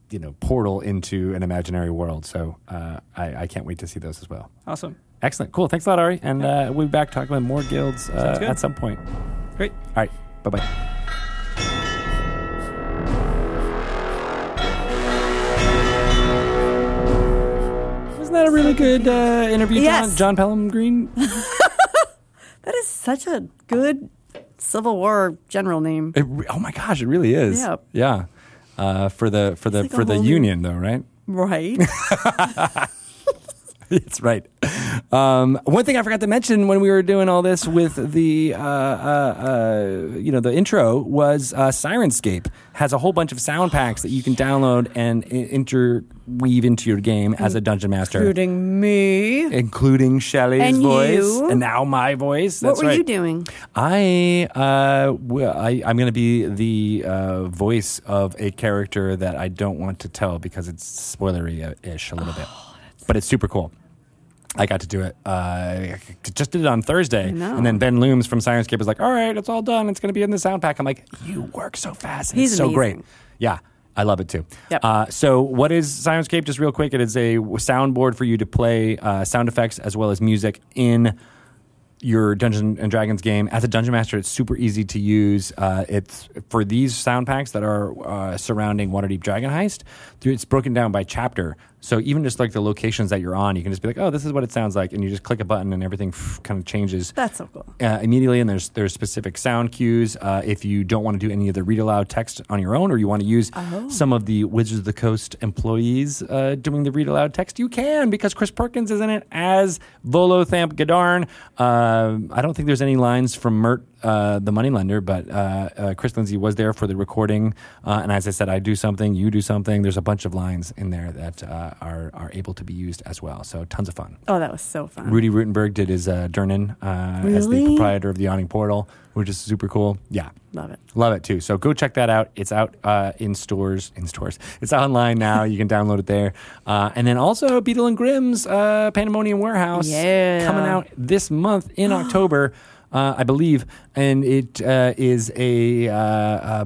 you know, portal into an imaginary world. So uh, I, I can't wait to see those as well. Awesome. Excellent. Cool. Thanks a lot, Ari. And uh, we'll be back talking about more guilds uh, Sounds good. at some point. All Great. right. Bye bye. Wasn't that a really good uh, interview, Yes. John, John Pelham Green? That is such a good Civil War general name. It re- oh my gosh, it really is. Yeah. Yeah. Uh, for the for the like a for the whole new- union though, right? Right. That's right. Um, one thing I forgot to mention when we were doing all this with the uh, uh, uh, you know the intro was uh, Sirenscape has a whole bunch of sound packs that you can download and i- interweave into your game as a dungeon master, Including me. including Shelley's And voice you. and now my voice. what That's were right. you doing? I, uh, w- I I'm going to be the uh, voice of a character that I don't want to tell because it's spoilery ish a little bit, Oh, but it's super cool. I got to do it. Uh, I just did it on Thursday, I know. and then Ben Looms from Sirenscape was like, "All right, it's all done. It's going to be in the sound pack." I'm like, "You work so fast. and He's it's so great." amazing. Yeah. I love it too. Yep. Uh, so, what is Sirenscape? Just real quick, it is a soundboard for you to play uh, sound effects as well as music in your Dungeons and Dragons game. As a dungeon master, it's super easy to use. Uh, it's for these sound packs that are uh, surrounding Waterdeep Dragon Heist. th- It's broken down by chapter, so even just like the locations that you're on, you can just be like, "Oh, this is what it sounds like," and you just click a button, and everything kind of changes That's so cool. uh, immediately, and there's there's specific sound cues. Uh, if you don't want to do any of the read aloud text on your own, or you want to use some of the Wizards of the Coast employees uh, doing the read aloud text, you can because Chris Perkins Uh, is in it as Volothamp Gadarn. Um I don't think there's any lines from Mert uh, the moneylender, but uh, uh, Chris Lindsay was there for the recording. Uh, and as I said, I do something, you do something. There's a bunch of lines in there that uh, are are able to be used as well. So tons of fun. Oh, that was so fun. Rudy Rutenberg did his uh, Dernan uh, as the Really? proprietor of the Awning Portal, which is super cool. Yeah. Love it. Love it too. So go check that out. It's out uh, in stores. In stores. It's online now. you can download it there. Uh, and then also Beetle and Grimm's uh, Pandemonium Warehouse Yeah. coming out this month in October. Uh, I believe, and it uh, is a uh, uh,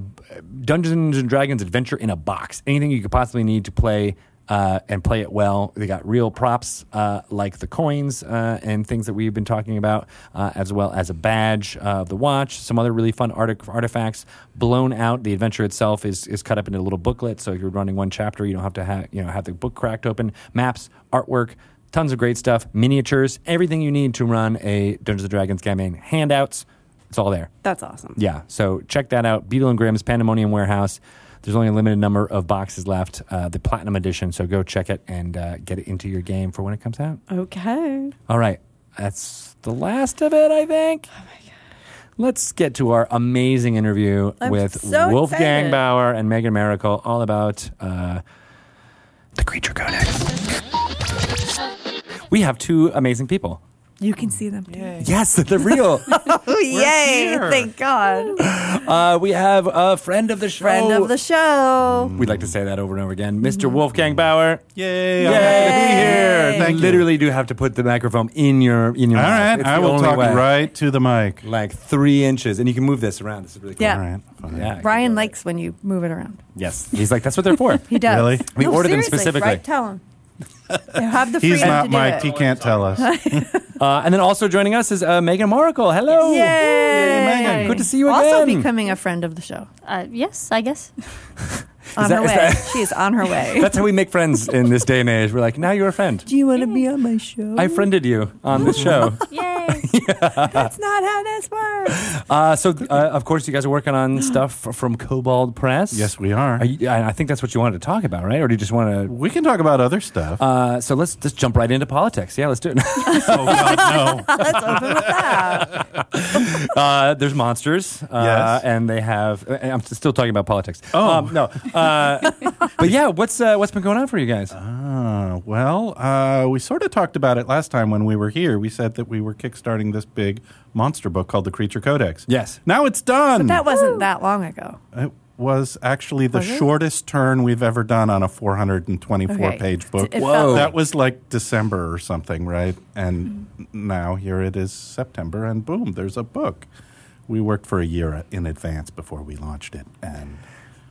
Dungeons and Dragons adventure in a box. Anything you could possibly need to play uh, and play it well. They got real props uh, like the coins uh, and things that we've been talking about, uh, as well as a badge uh, of the watch, some other really fun artic- artifacts blown out. The adventure itself is, is cut up into a little booklet, so if you're running one chapter, you don't have to have you know have the book cracked open. Maps, artwork. Tons of great stuff, miniatures, everything you need to run a Dungeons and Dragons campaign. Handouts, it's all there. That's awesome. Yeah, so check that out. Beetle and Graham's Pandemonium Warehouse. There's only a limited number of boxes left, uh, the Platinum Edition. So go check it and uh, get it into your game for when it comes out. Okay. All right, that's the last of it, I think. Oh, Let's get to our amazing interview I'm with so Wolfgang excited. Bauer and Megan Miracle, all about uh, the Creature Codex. We have two amazing people. You can see them. Too. Yes, they're real. Oh, yay. here. Thank God. uh, we have a friend of the show. Friend of the Mm-hmm. show. We'd like to say that over and over again. mister Wolfgang Bauer. Yay! Yeah, I'm happy to be here. Thank you. you. Literally do have to put the microphone in your in your All mouth. right, It's I the will only talk way. right to the mic. Like three inches, and you can move this around. This is really cool. Yeah. All right, fine. Yeah. Brian likes when you move it around. Yes, he's like that's what they're for. He does. Really? We ordered them seriously, specifically. Right? Tell him. You have the freedom He's to not do Mike. He it. can't tell us. uh, and then also joining us is uh, Megan Moracle. Hello, Yay! Megan. Good to see you again. Also becoming a friend of the show. Uh, yes, I guess. On that- her is way. that- She's on her way. that's how we make friends in this day and age. We're like, now you're a friend. Do you want to be on my show? I friended you on the show. Yay. That's not how this works. Uh, so, uh, of course, you guys are working on stuff f- from Cobalt Press. yes, we are. Are you, I I think that's what you wanted to talk about, right? Or do you just want to we can talk about other stuff. Uh, so let's just jump right into politics. Yeah, let's do it. oh God, no! Let's open with that. uh, there's monsters, uh, Yes. and they have. and I'm still talking about politics. Oh. Um, no. Uh, but yeah, what's uh, what's been going on for you guys? Ah, well, uh, we sort of talked about it last time when we were here. We said that we were kickstarting this big monster book called The Creature Codex. Yes. Now it's done. That wasn't that long ago. it was actually the Was it? shortest turn we've ever done on a 424 Okay. page book. It felt- That was like December or something, right? And Mm-hmm. now here it is September, and boom, there's a book. We worked for a year in advance before we launched it, and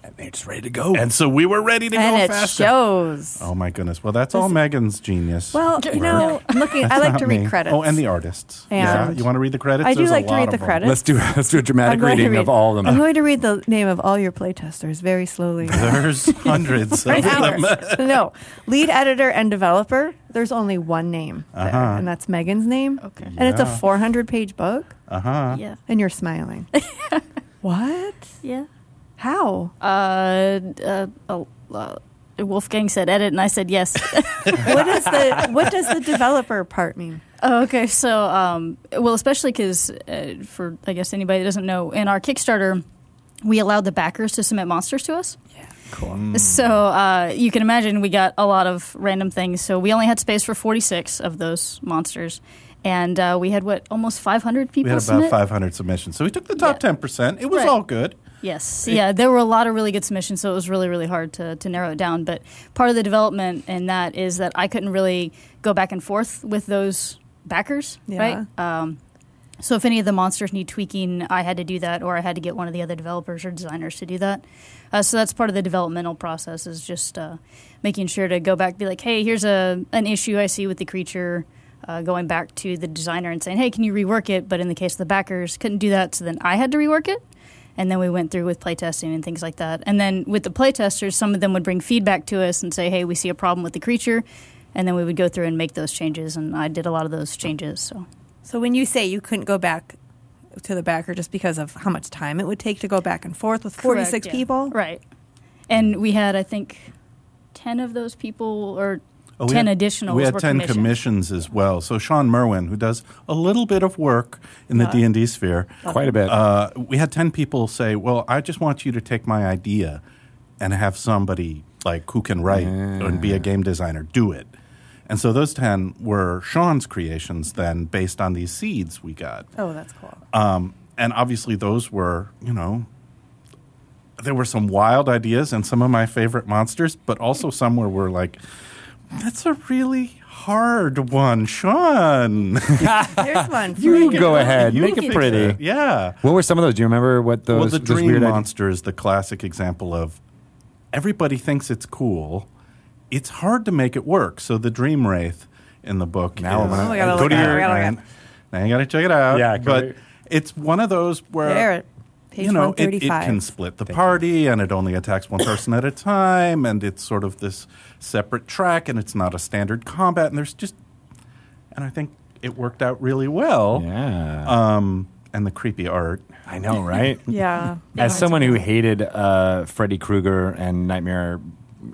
And they're just ready to go. and so we were ready to and go it faster. shows. Oh my goodness! Well, that's all Megan's genius. Well, you work. know, I'm looking, I like Not to read me. credits. Oh, and the artists. yeah, And- you want to read the credits? I do There's a like to lot read of the them. credits. let's do let's do a dramatic going to reading read- of all of I'm them. going to read the name of all your playtesters very slowly. There's hundreds of Right them. hours. no, lead editor and developer. There's only one name, there, Uh-huh. and that's Megan's name. Okay. and it's a 400 page book, Uh huh. yeah. and you're smiling. what? Yeah. How? Uh, uh, oh, uh, Wolfgang said edit, and I said yes. What is the what does the developer part mean? oh, okay, so, um, well, especially because uh, for, I guess, anybody that doesn't know, in our Kickstarter, we allowed the backers to submit monsters to us. Cool. Mm. So uh, you can imagine we got a lot of random things. So we only had space for 46 of those monsters. And uh, we had, what, almost 500 people We had submit? about 500 submissions, so we took the top Yeah. 10 percent. It was Right. all good. Yes. Yeah, there were a lot of really good submissions, so it was really, really hard to, to narrow it down. But part of the development in that is that I couldn't really go back and forth with those backers, Yeah. right? Um, so if any of the monsters need tweaking, I had to do that, or I had to get one of the other developers or designers to do that. Uh, so that's part of the developmental process is just uh, making sure to go back, be like, hey, here's a an issue I see with the creature. Uh, going back to the designer and saying, "Hey, can you rework it?" But in the case of the backers, couldn't do that, so then I had to rework it, and then we went through with playtesting and things like that. And then with the playtesters, some of them would bring feedback to us and say, "Hey, we see a problem with the creature," and then we would go through and make those changes. And I did a lot of those changes. So So when you say you couldn't go back to the backer just because of how much time it would take to go back and forth with 46 Oh. Correct, yeah. people, Right. And we had, I think, 10 of those people, or Oh, we 10 had- additionals We had were 10 commissioned. commissions as well. So Sean Merwin, who does a little bit of work in the D&D sphere, Quite a bit. uh, we had 10 people say, well, I just want you to take my idea and have somebody like who can write and be a game designer do it. And so those 10 were Sean's creations then based on these seeds we got. Oh, that's cool. Uh, Um, and obviously, those were, you know, there were some wild ideas and some of my favorite monsters, but also some where we're like, that's a really hard one, Sean. There's one. For You you. go ahead, make it fix pretty. it. Yeah. What were some of those? Do you remember what those? well, the those dream weird ide- monster is the classic example of everybody thinks it's cool. It's hard to make it work. So the dream wraith in the book. Now I'm is- gonna- Oh, we gotta go look to it up, your we gotta look it up. now you got to check it out. Yeah, go but to- it's one of those uh, where There, at page you know it, it 135. can split the party, and it only attacks one person at a time, and it's sort of this separate track, and it's not a standard combat, and there's just, and I think it worked out really well. Yeah, Um, and the creepy art. Uh, I know, right? Yeah. As someone who hated uh, Freddy Krueger and Nightmare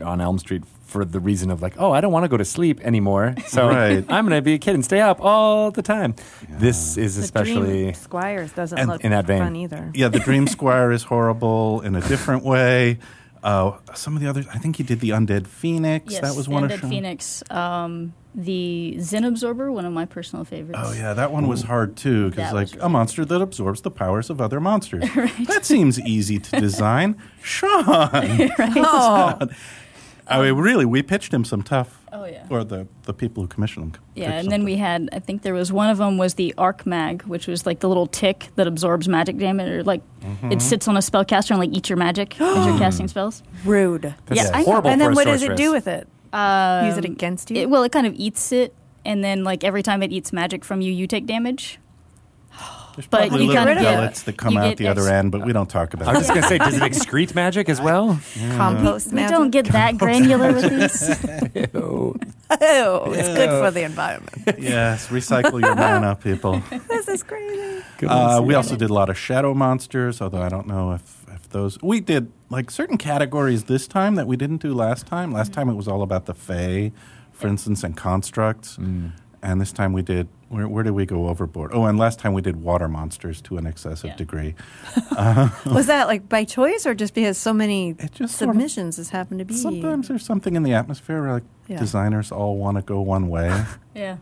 on Elm Street for the reason of like, oh, I don't want to go to sleep anymore, so Right. I'm going to be a kid and stay up all the time. This is The especially Dream Squires doesn't And- look in that vein. fun either. Yeah, the Dream Squire is horrible in a different way. Uh, some of the others, I think he did the Undead Phoenix. Yes, that was the one Undead of Sean- Phoenix. Um, the Zen Absorber, one of my personal favorites. Oh yeah, that one was hard too because That like was a really- monster that absorbs the powers of other monsters. That seems easy to design, Sean. Oh, I Um, mean, really, we pitched him some tough. Oh, yeah. Or the the people who commissioned him. Yeah, and then we had I think there was one of them was the Arc Mag, which was like the little tick that absorbs magic damage, or like it Mm-hmm. Mm-hmm. sits on a spellcaster and like eats your magic as you're casting spells. rude. that's Yeah, I- horrible. and then for a what does it sorceress. do with it? Um, Use it against you? It, well, it kind of eats it, and then like every time it eats magic from you, you take damage. There's but probably you little gotta get- pellets that come you out get the other ex- end, but we don't talk about I was just that. going to say, does it excrete magic as well? Compost We magic? don't get that granular with these. Oh, it's good for the environment. yes, recycle your mana, people. this is crazy. Uh, we also did a lot of shadow monsters, although I don't know if, if those. We did like certain categories this time that we didn't do last time. Last Mm-hmm. time it was all about the Fae, for instance, and constructs. And this time we did. Where, where did we go overboard? Oh, and last time we did water monsters to an excessive Yeah. degree. Was that like by choice or just because so many It just sort of- submissions has happened to be? Sometimes there's something in the atmosphere where like Yeah. designers all want to go one way. yeah,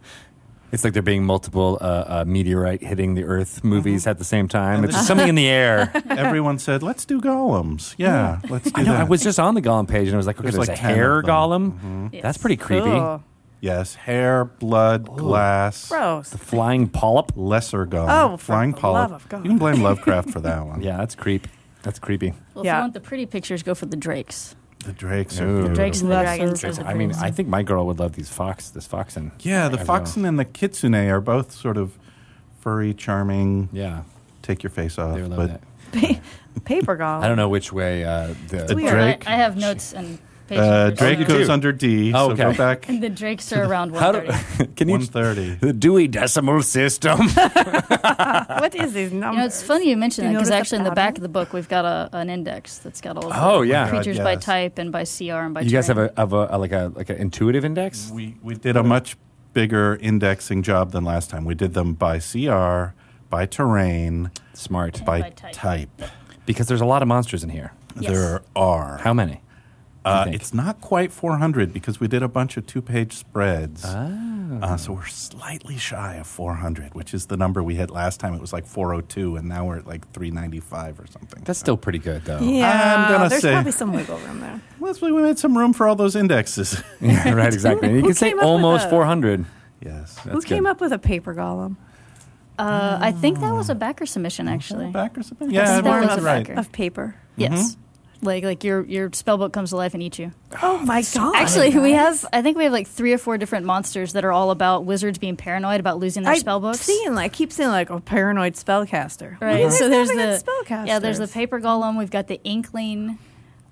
It's like there being multiple uh, uh, meteorite hitting the Mm-hmm. Earth movies at the same time. It's just something in the air. Everyone said, "Let's do golems." Yeah, let's do I know. that. I was just on the Golem page and I was like, okay, There's there's, like a 10 hair of them. golem. Yes. That's pretty creepy. Cool. yes, hair, blood, glass. Gross. Flying polyp. lesser golem. Oh, for flying the polyp. love of God. You can blame Lovecraft for that one. Yeah, that's creep. That's creepy. well, if Yeah. you want the pretty pictures, go for the drakes. The Drakes Ooh. are Drakes Drakes Drakes. and the Love dragons. serpents. those are I mean, crazy. I think my girl would love these fox. This foxen. Yeah, the I foxen and the kitsune are both sort of furry, charming, Yeah, take your face off. they would love but that. Paper golem. I don't know which way uh, the. The Weird. Drake. I, I have notes and pages. Uh, for Drake some. goes do. under Oh, D, so okay. go back And the drakes are around How one do, thirty. can you? 130. The Dewey Decimal System. what is these numbers? You know, it's funny you mention Do you that because notice a actually in the back pattern? of the book we've got a, an index that's got all of the Oh, yeah. God, creatures by yes. type and by CR and by. you guys have terrain. a, have a, a like a like an intuitive index. We, we did a much bigger indexing job than last time. We did them by CR, by terrain, Smart, by, by type. type. because there's a lot of monsters in here. Yes. There are. How many? Uh, think? it's not quite 400 because we did a bunch of two page spreads. Oh. Uh, so we're slightly shy of 400, which is the number we hit last time. It was like 402, and now we're at like 395 or something. That's still pretty good though. yeah, Oh, I'm gonna there's say- probably some wiggle room there. Well, that's why we made some room for all those indexes. Yeah, right, exactly. And you can say came up with almost a- 400. yes. Who That's came good. up with a paper golem? Uh, I think that was Ah. a backer submission actually. Back or something? Yeah, That's everyone's definitely right. backer. Of paper. Yes. Like like your your spell book comes to life and eats you. Oh my god! Actually, we have I think we have like three or four different monsters that are all about wizards being paranoid about losing their I spell books. Seeing like, I keep seeing like a paranoid spellcaster. What do you Right. guys So there's have the against yeah. There's the spellcasters? paper golem. We've got the inkling.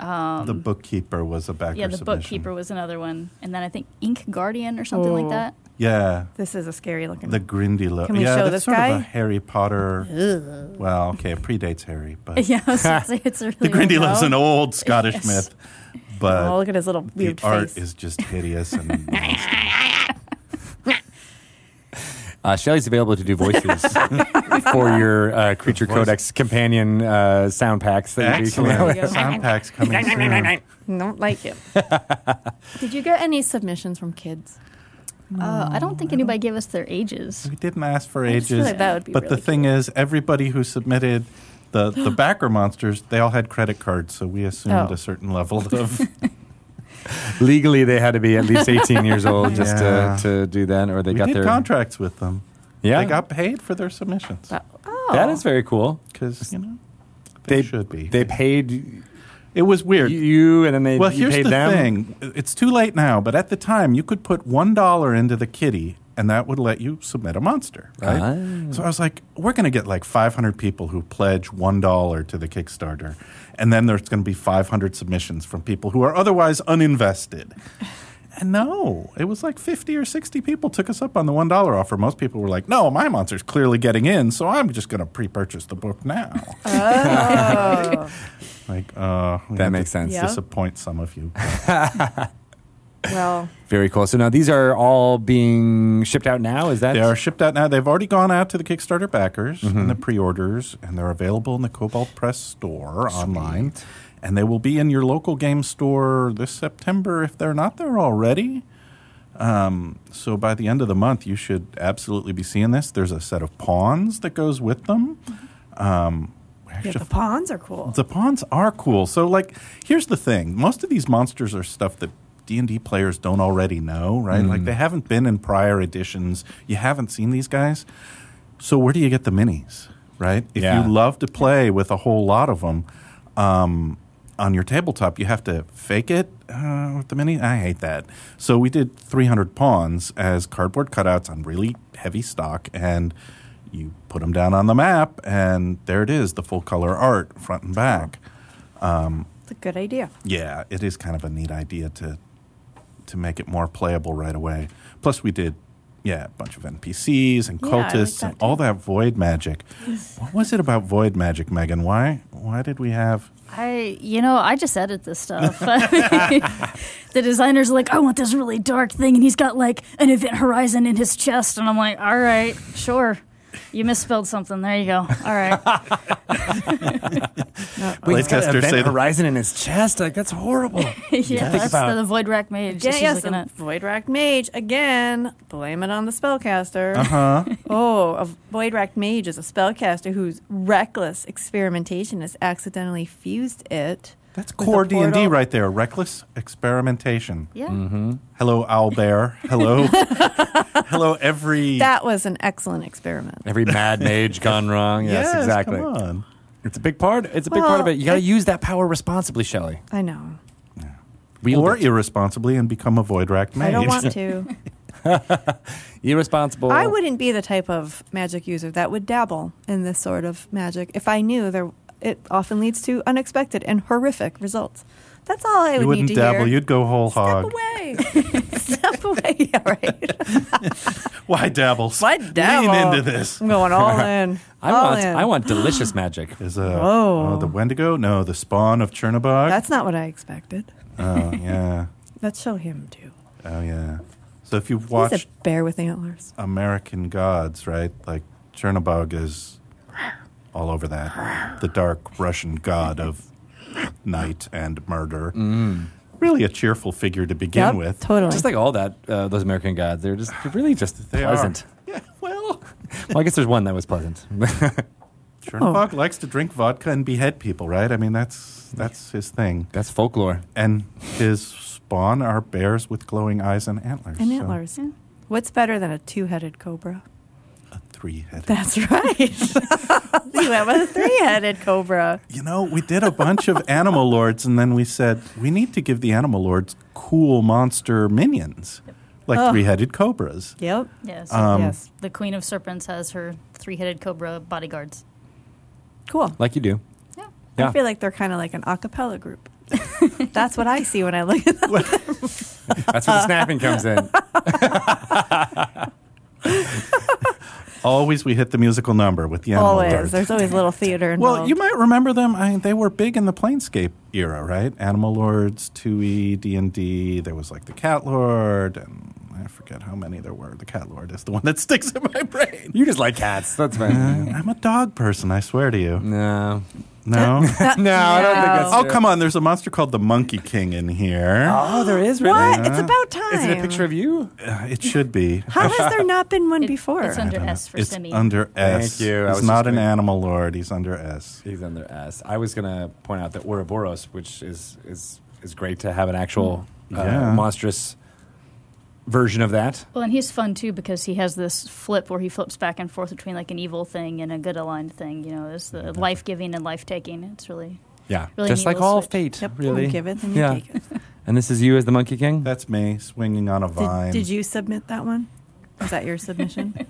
um, the bookkeeper was a backer Yeah, the submission. bookkeeper was another one, and then I think ink guardian or something Oh. like that. Yeah. This is a scary looking. The Grindylow. Can we yeah, show this that's sort guy? of a Harry Potter. Well, okay, it predates Harry, but Yeah, I was gonna say it's a really the Grindylow's old- an old Scottish myth. But oh, look at his little uh, the weird art face. is just hideous and Uh, Shelly's available to do voices for your uh, Creature Voice. Codex companion uh, sound packs. That you can- There you go. excellent sound packs coming soon. Don't like it. Did you get any submissions from kids? Uh, I don't think anybody gave us their ages. We didn't ask for just feel ages, like that would be but the really thing is, everybody who submitted the the backer monsters, they all had credit cards, so we assumed Oh. a certain level of Legally, they had to be at least 18 years old just Yeah. to, to do that, or they we got did their contracts with them. yeah. They got paid for their submissions That- oh, that is very cool. because you know they, should be. They paid it was weird. you, and then they well, you here's paid the them. thing: it's too late now, but at the time, you could put one dollar into the kitty, and that would let you submit a monster, right? Ah. So I was like, we're going to get like 500 people who pledge one dollar to the Kickstarter, and then there's going to be 500 submissions from people who are otherwise uninvested. And no, it was like 50 or 60 people took us up on the $1 offer. Most people were like, no, my monster's clearly getting in, so I'm just going to pre purchase the book now. Oh. like, uh, we That had to makes sense. Yeah. Disappoint some of you. well, Very cool. So now these are all being shipped out now. Is that They are shipped out now. They've already gone out to the Kickstarter backers Mm-hmm. and the pre-orders, and they're available in the Cobalt Press store online. And they will be in your local game store this September if they're not there already. Um, so by the end of the month, you should absolutely be seeing this. There's a set of pawns that goes with them. Um, we yeah, actually the pawns are cool. the pawns are cool. So like, here's the thing: most of these monsters are stuff that D and D players don't already know, right? Like they haven't been in prior editions. You haven't seen these guys. So where do you get the minis, right? If Yeah. you love to play with a whole lot of them. Um, on your tabletop, you have to fake it uh, with the mini. I hate that. So we did 300 pawns as cardboard cutouts on really heavy stock, and you put them down on the map, and there it is, the full color art, front and back. It's a good idea. Yeah, it is kind of a neat idea to to make it more playable right away. Plus, we did yeah a bunch of NPCs and Yeah, I like cultists and that all too. that void magic. what was it about void magic, Megan? Why why did we have? I, you know, I just edit this stuff. the designers are like, I want this really dark thing, and he's got like an event horizon in his chest, and I'm like, all right, sure. You misspelled something. There you go. All right. Wait, he's got an Playtesters event say that- horizon in his chest? Like that's horrible. yeah, that's about- the, the Void Rack Mage. that Yeah, she's yes, looking at. and Void Racked Mage again. Blame it on the spellcaster. Uh-huh. Uh huh. oh, a Void Racked Mage is a spellcaster whose reckless experimentation has accidentally fused it. That's with a core D and D portal. right there. Reckless experimentation. Yeah. Hello, Owlbear. Hello, hello, every. That was an excellent experiment. Every mad mage gone wrong. Yes, exactly. Come on. It's a big part. It's a big part of Well, it. You got to use that power responsibly, Shelley. I know. Wield or it. irresponsibly and become a void rack mage. I don't want to. irresponsible. I wouldn't be the type of magic user that would dabble in this sort of magic if I knew there. It often leads to unexpected and horrific results. That's all I you would need wouldn't to dabble. hear. You'd go whole Step hog. away. Step away. Yeah, right. Why dabble? Why Lean dabble? into this. I'm going all in. I all want. in. I want delicious magic. Is a Whoa. oh, the Wendigo? No, the spawn of Chernobog. That's not what I expected. oh yeah, Let's show him too. oh yeah. So if you've He's watched a bear with antlers. American Gods, right? Like Chernobog is all over that. The dark Russian god of night and murder. Really a cheerful figure to begin Yep, with. totally. Just like all that, uh, those American gods, they're just they're really just They are. pleasant. Yeah, Oh. well, Well, I guess there's one that was pleasant. Chernobog likes to drink vodka and behead people, right? I mean, that's that's his thing. That's folklore. And his spawn are bears with glowing eyes and antlers. and so antlers. Yeah. What's better than a two-headed cobra? a three-headed. That's right. you went with a three-headed cobra. You know, we did a bunch of animal lords, and then we said we need to give the animal lords cool monster minions, like Ugh. three-headed cobras. Yep. Yeah, so Um, yes. the Queen of Serpents has her three headed cobra bodyguards. Cool. Like you do. Yeah. Yeah. I feel like they're kind of like an a cappella group. That's what I see when I look at them. That's where the snapping comes in. Always we hit the musical number with the animal Always. alert. There's always little theater involved. Well, you might remember them. I, they were big in the Planescape era, right? Animal Lords, 2E, D&D. There was like the Cat Lord, and I forget how many there were. The Cat Lord is the one that sticks in my brain. You just like cats. That's fine. I'm a dog person, I swear to you. No. No? no, I don't think that's. oh, true. come on. There's a monster called the Monkey King in here. Oh, there is really. what? It's about time. Is it a picture of you? Uh, it should be. How has there not been one It- before? it's under I don't know. S for it's semi. under S. Thank you. I He's was not just Mm. an thinking- animal lord. He's under S. He's on their ass. I was gonna point out that Ouroboros, which is is is great to have an actual uh, Yeah. monstrous version of that. Well, and he's fun too because he has this flip where he flips back and forth between like an evil thing and a good aligned thing. You know, it's the life giving and life taking. It's really Yeah, Really just neat like little all switch. fate, Yep, really. you give it, then you Yeah. take it. And this is you as the Monkey King. That's me swinging on a vine. Did, did you submit that one? Is that your submission?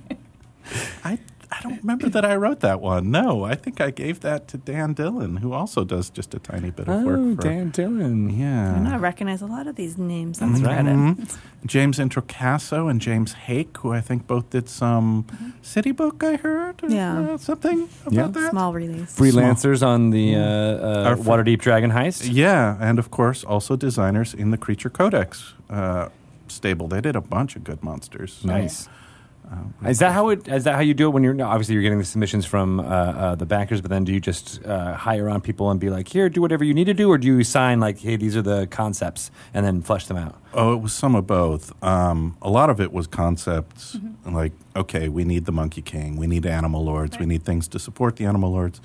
I, I don't remember that I wrote that one. No, I think I gave that to Dan Dillon, who also does just a tiny bit of oh, work for Dan Dillon. I know, I Yeah. recognize a lot of these names. That's right. Reddit. Mhm. James Introcasso and James Hake, who I think both did some city book I heard, or, Mm-hmm. Yeah. uh, something about Yeah. that. Small release. Freelancers on the uh, uh, Our fr- Waterdeep Dragon heist. Yeah, and of course also designers in the Creature Codex uh, stable. They did a bunch of good monsters. Nice. Um, Is that how it? Is that how you do it? When you're no, obviously you're getting the submissions from uh, uh, the backers, but then do you just uh, hire on people and be like, here, do whatever you need to do, or do you sign like, hey, these are the concepts, and then flesh them out? Oh, it was some of both. Um, a lot of it was concepts Mm-hmm. like, okay, we need the Monkey King, we need animal lords, we need things to support the animal lords.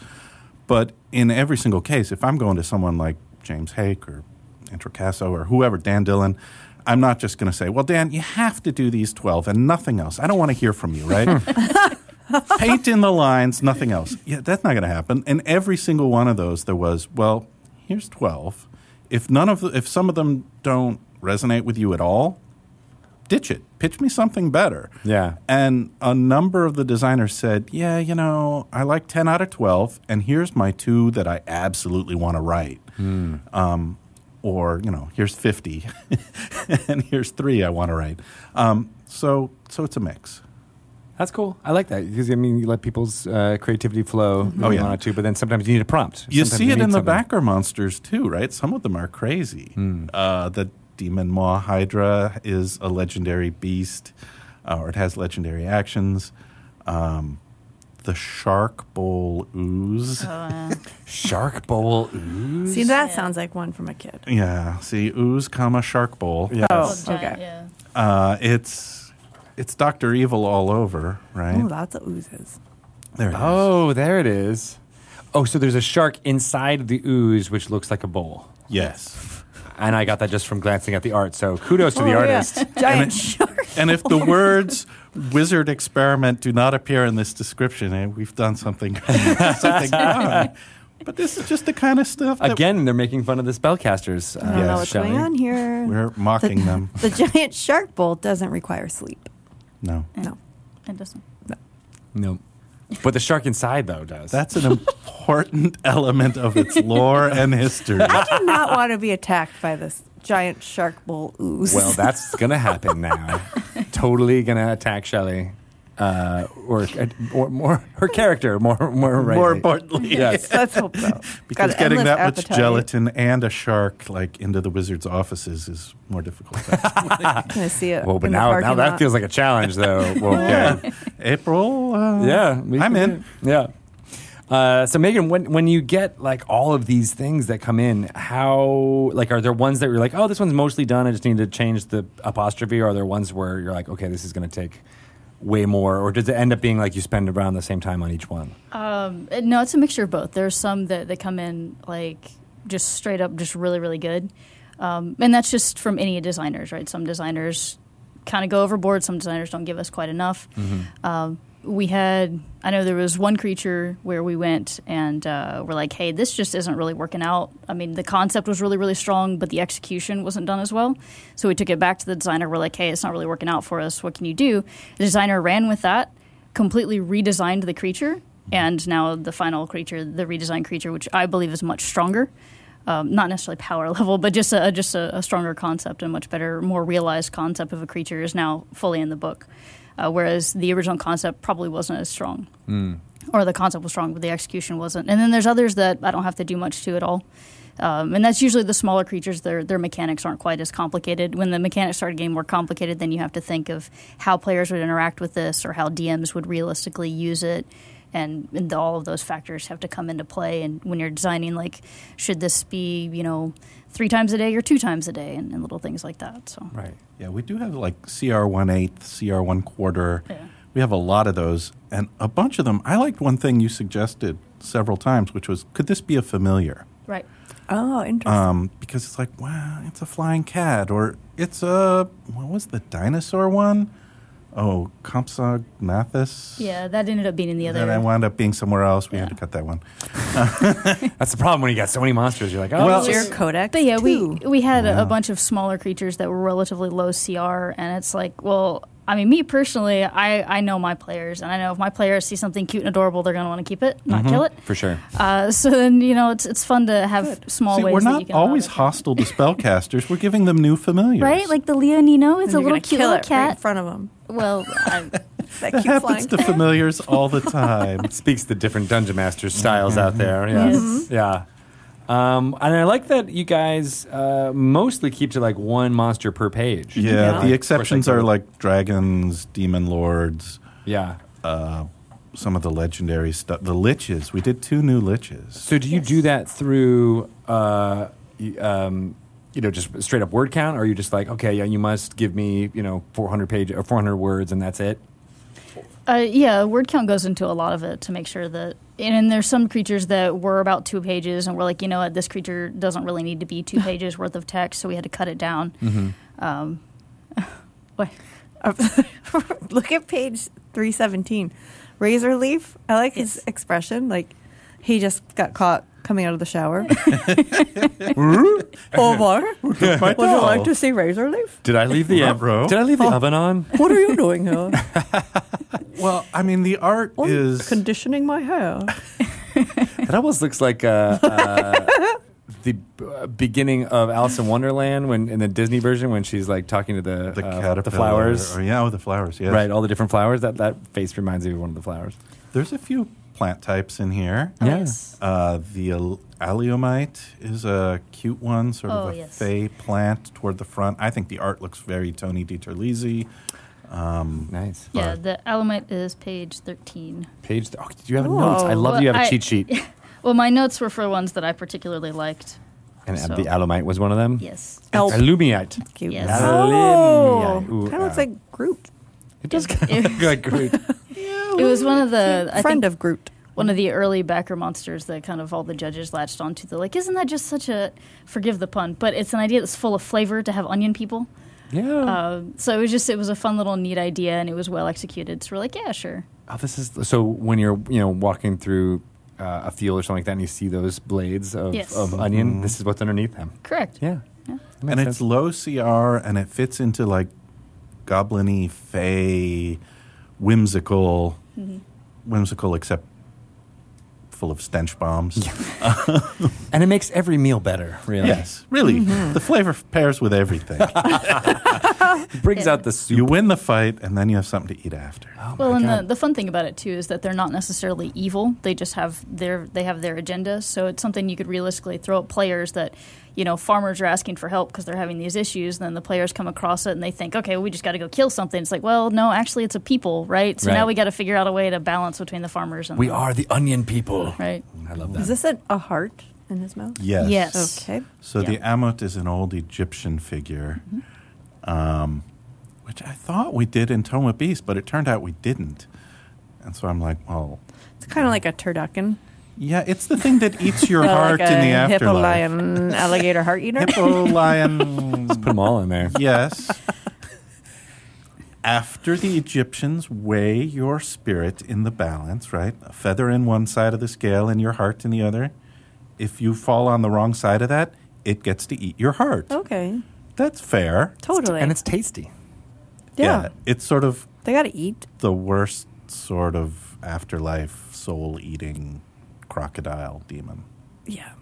But in every single case, if I'm going to someone like James Hake or Introcasso or whoever, Dan Dillon, I'm not just going to say, well, Dan, you have to do these 12 and nothing else. I don't want to hear from you, right? paint in the lines, nothing else. Yeah, that's not going to happen. And every single one of those, there was well, here's twelve. If none of the, if some of them don't resonate with you at all, ditch it. Pitch me something better. Yeah. And a number of the designers said, yeah, you know, I like ten out of twelve, and here's my two that I absolutely want to write. Hmm. Um, or you know, here's fifty, and here's three I want to write. Um, so so it's a mix. That's cool. I like that because I mean, you let people's uh, creativity flow. Oh, yeah. on it too, but then sometimes you need a prompt. You Sometimes see it need in the something. backer monsters too, right? Some of them are crazy. Hmm. Uh, the demon maw hydra is a legendary beast, uh, or it has legendary actions. Um, the shark bowl ooze. Shark bowl. ooze. See, that Yeah. sounds like one from a kid. Yeah, see ooze, comma shark bowl. Yes. Oh, Well, giant, okay. yeah. Uh, it's it's Doctor Evil all over, right? Ooh, lots of oozes. there it is. Oh, there it is. Oh, so there's a shark inside the ooze, which looks like a bowl. yes. And I got that just from glancing at the art. So kudos to the Oh, yeah. artist. Giant shark. And if the words "wizard experiment" do not appear in this description, eh, we've done something, something wrong. But this is just the kind of stuff that Again, they're making fun of the spellcasters. uh, I don't Yes, know what's Shelley. going on here. we're mocking them. The giant shark bolt doesn't require sleep. No, No. It doesn't. No. But the shark inside, though, does. that's an important element of its lore and history. I do not want to be attacked by this giant shark bolt ooze. well, that's going to happen now. totally going to attack Shelley. Uh, or, or more her character more more rightly. More importantly, yes Let's hope so. because Got getting endless that much appetite. gelatin and a shark like into the wizard's offices is more difficult. I'm gonna see it. well but in the now parking now that lot. feels like a challenge though okay April, uh, Yeah, we I'm can in. do it. Yeah. Uh, so Megan, when when you get like all of these things that come in, how like are there ones that you're like, oh, this one's mostly done. I just need to change the apostrophe, or are there ones where you're like, okay, this is going to take way more, or does it end up being like you spend around the same time on each one? Um, uh, no, it's a mixture of both. There's some that, that come in like just straight up, just really, really good, um, and that's just from any designers, right? Some designers kind of go overboard. Some designers don't give us quite enough. Mm-hmm. Um, we had, I know there was one creature where we went and uh, we're like, hey, this just isn't really working out. I mean, the concept was really, really strong, but the execution wasn't done as well. So we took it back to the designer. We're like, hey, it's not really working out for us. What can you do? The designer ran with that completely redesigned the creature, and now the final creature, the redesigned creature, which I believe is much stronger. Um, not necessarily power level, but just a just a, a stronger concept and much better, more realized concept of a creature is now fully in the book. uh, whereas the original concept probably wasn't as strong. Mm-hmm. Mm. Or the concept was strong, but the execution wasn't. And then there's others that I don't have to do much to at all. Um, and that's usually the smaller creatures. Their their mechanics aren't quite as complicated. When the mechanics start getting more complicated, then you have to think of how players would interact with this, or how DMs would realistically use it, and, and the- all of those factors have to come into play. And when you're designing, like, should this be you know three times a day or two times a day, and, and little things like that. So Right. Yeah, we do have like CR one eighth, CR one quarter. Yeah. We have a lot of those, and a bunch of them. I liked one thing you suggested several times, which was, could this be a familiar? right, Oh, Uh, interesting. Um, because it's like, wow, it's a flying cat, or it's a what was the dinosaur one? Oh, Compsognathus. yeah, that ended up being in the And other. then I wound up being somewhere else. We had Yeah. to cut that one. That's the problem when you got so many monsters. You're like, oh, Well- Is your codex. But yeah, we too? we had a, a bunch of smaller creatures that were relatively low CR, and it's like, well, I mean, me personally, I I know my players, and I know if my players see something cute and adorable, they're gonna want to keep it, not kill Mm-hmm. it. for sure. Uh, so then you know, it's it's fun to have small See, ways. we're that you not can always allow hostile to spellcasters. We're giving them new familiars, that. right. Like the Leonino is You're a little gonna cute kill little it right in cat. front of him. well, I, That, that cute happens flying to familiars all the time. Speaks the different dungeon master styles out there. Yes. Yeah. Um, and I like that you guys uh, mostly keep to like one monster per page. Yeah. Yeah, Like, the they exceptions go- are like dragons, demon lords, Yeah. uh, some of the legendary stuff. The liches. We did two new liches. So do you do that through, uh, y- um, you know, just straight up word count, or are you just like, okay, yeah, you must give me, you know, 400 page or 400 words, and that's it? Uh, yeah, word count goes into a lot of it to make sure that. And, then there's some creatures that were about two pages, and we're like, you know what, this creature doesn't really need to be two pages worth of text, so we had to cut it down. Mm-hmm. Um, what? Look at page 317. Razor Leaf, I like his expression. Like, he just got caught coming out of the shower. Omar, would My you Oh. doll. like to see Razor Leaf? Did I leave the Ruh-roh. Did I leave the oven on? What are you doing here? well, I mean, the art I'm is conditioning my hair. That almost looks like uh, uh, the uh, beginning of Alice in Wonderland when in the Disney version when she's like talking to the the uh, caterpillar. the flowers, Or, yeah, oh, the flowers. Yes. right? All the different flowers. That that face reminds me of one of the flowers. There's a few plant types in here. Yeah. oh, Yes. Uh, the al- alliomite is a cute one, sort Oh, of a yes. fey plant toward the front. I think the art looks very Tony DiTerlizzi. Um, Nice. Yeah, the Alamite is page 13. Page. Th- oh, you have notes. I love Well, that you have a I- cheat sheet. Well, my notes were for ones that I particularly liked. And uh, So- the alumite was one of them. Yes. Elf. Alumiite. Cute. Yes. Oh, Alumni. Ooh, kind of looks uh, like Groot. It does kind of look great. It was one of the I Friend think of Groot. one of the early backer monsters that kind of all the judges latched onto. They're like, isn't that just such a forgive the pun, but it's an idea that's full of flavor to have onion people. Yeah. Uh, so it was just it was a fun little neat idea and it was well executed. So we're like, yeah, sure. oh, this is so. When you're you know walking through uh, a field or something like that, and you see those blades of, Yes. of onion, this is what's underneath them. Correct. Yeah. Yeah. That makes Mm-hmm. and sense. it's low CR, and it fits into like goblin-y, fey, whimsical, Mm-hmm. whimsical except full of stench bombs. And it makes every meal better, really. Yes, really, Mm-hmm. the flavor f- pairs with everything. It brings Yeah. out the soup. you win the fight, and then you have something to eat after. Oh Well, my and the, God. the fun thing about it too is that they're not necessarily evil. They just have their they have their agenda. So it's something you could realistically throw at players that, you know, farmers are asking for help because they're having these issues. Then the players come across it and they think, okay, we just got to go kill something. It's like, well, no, actually, it's a people, right? So Right. now we got to figure out a way to balance between the farmers and we the- are the onion people. right. I love that. Is this a, a heart in his mouth? Yes. Yes. Okay. So the Amut is an old Egyptian figure, Mm-hmm. um, which I thought we did in Tome of Beast, but it turned out we didn't. And so I'm like, well, It's kind of like a turducken. yeah, it's the thing that eats your Uh, heart like in the a Hippo afterlife. lion alligator heart eater. Hippo lion. Put them all in there. yes. After the Egyptians weigh your spirit in the balance, right? A feather in one side of the scale and your heart in the other. If you fall on the wrong side of that, it gets to eat your heart. Okay. That's fair. Totally. And it's tasty. yeah. It's sort of They got to eat. the worst sort of afterlife soul eating crocodile demon. Yeah.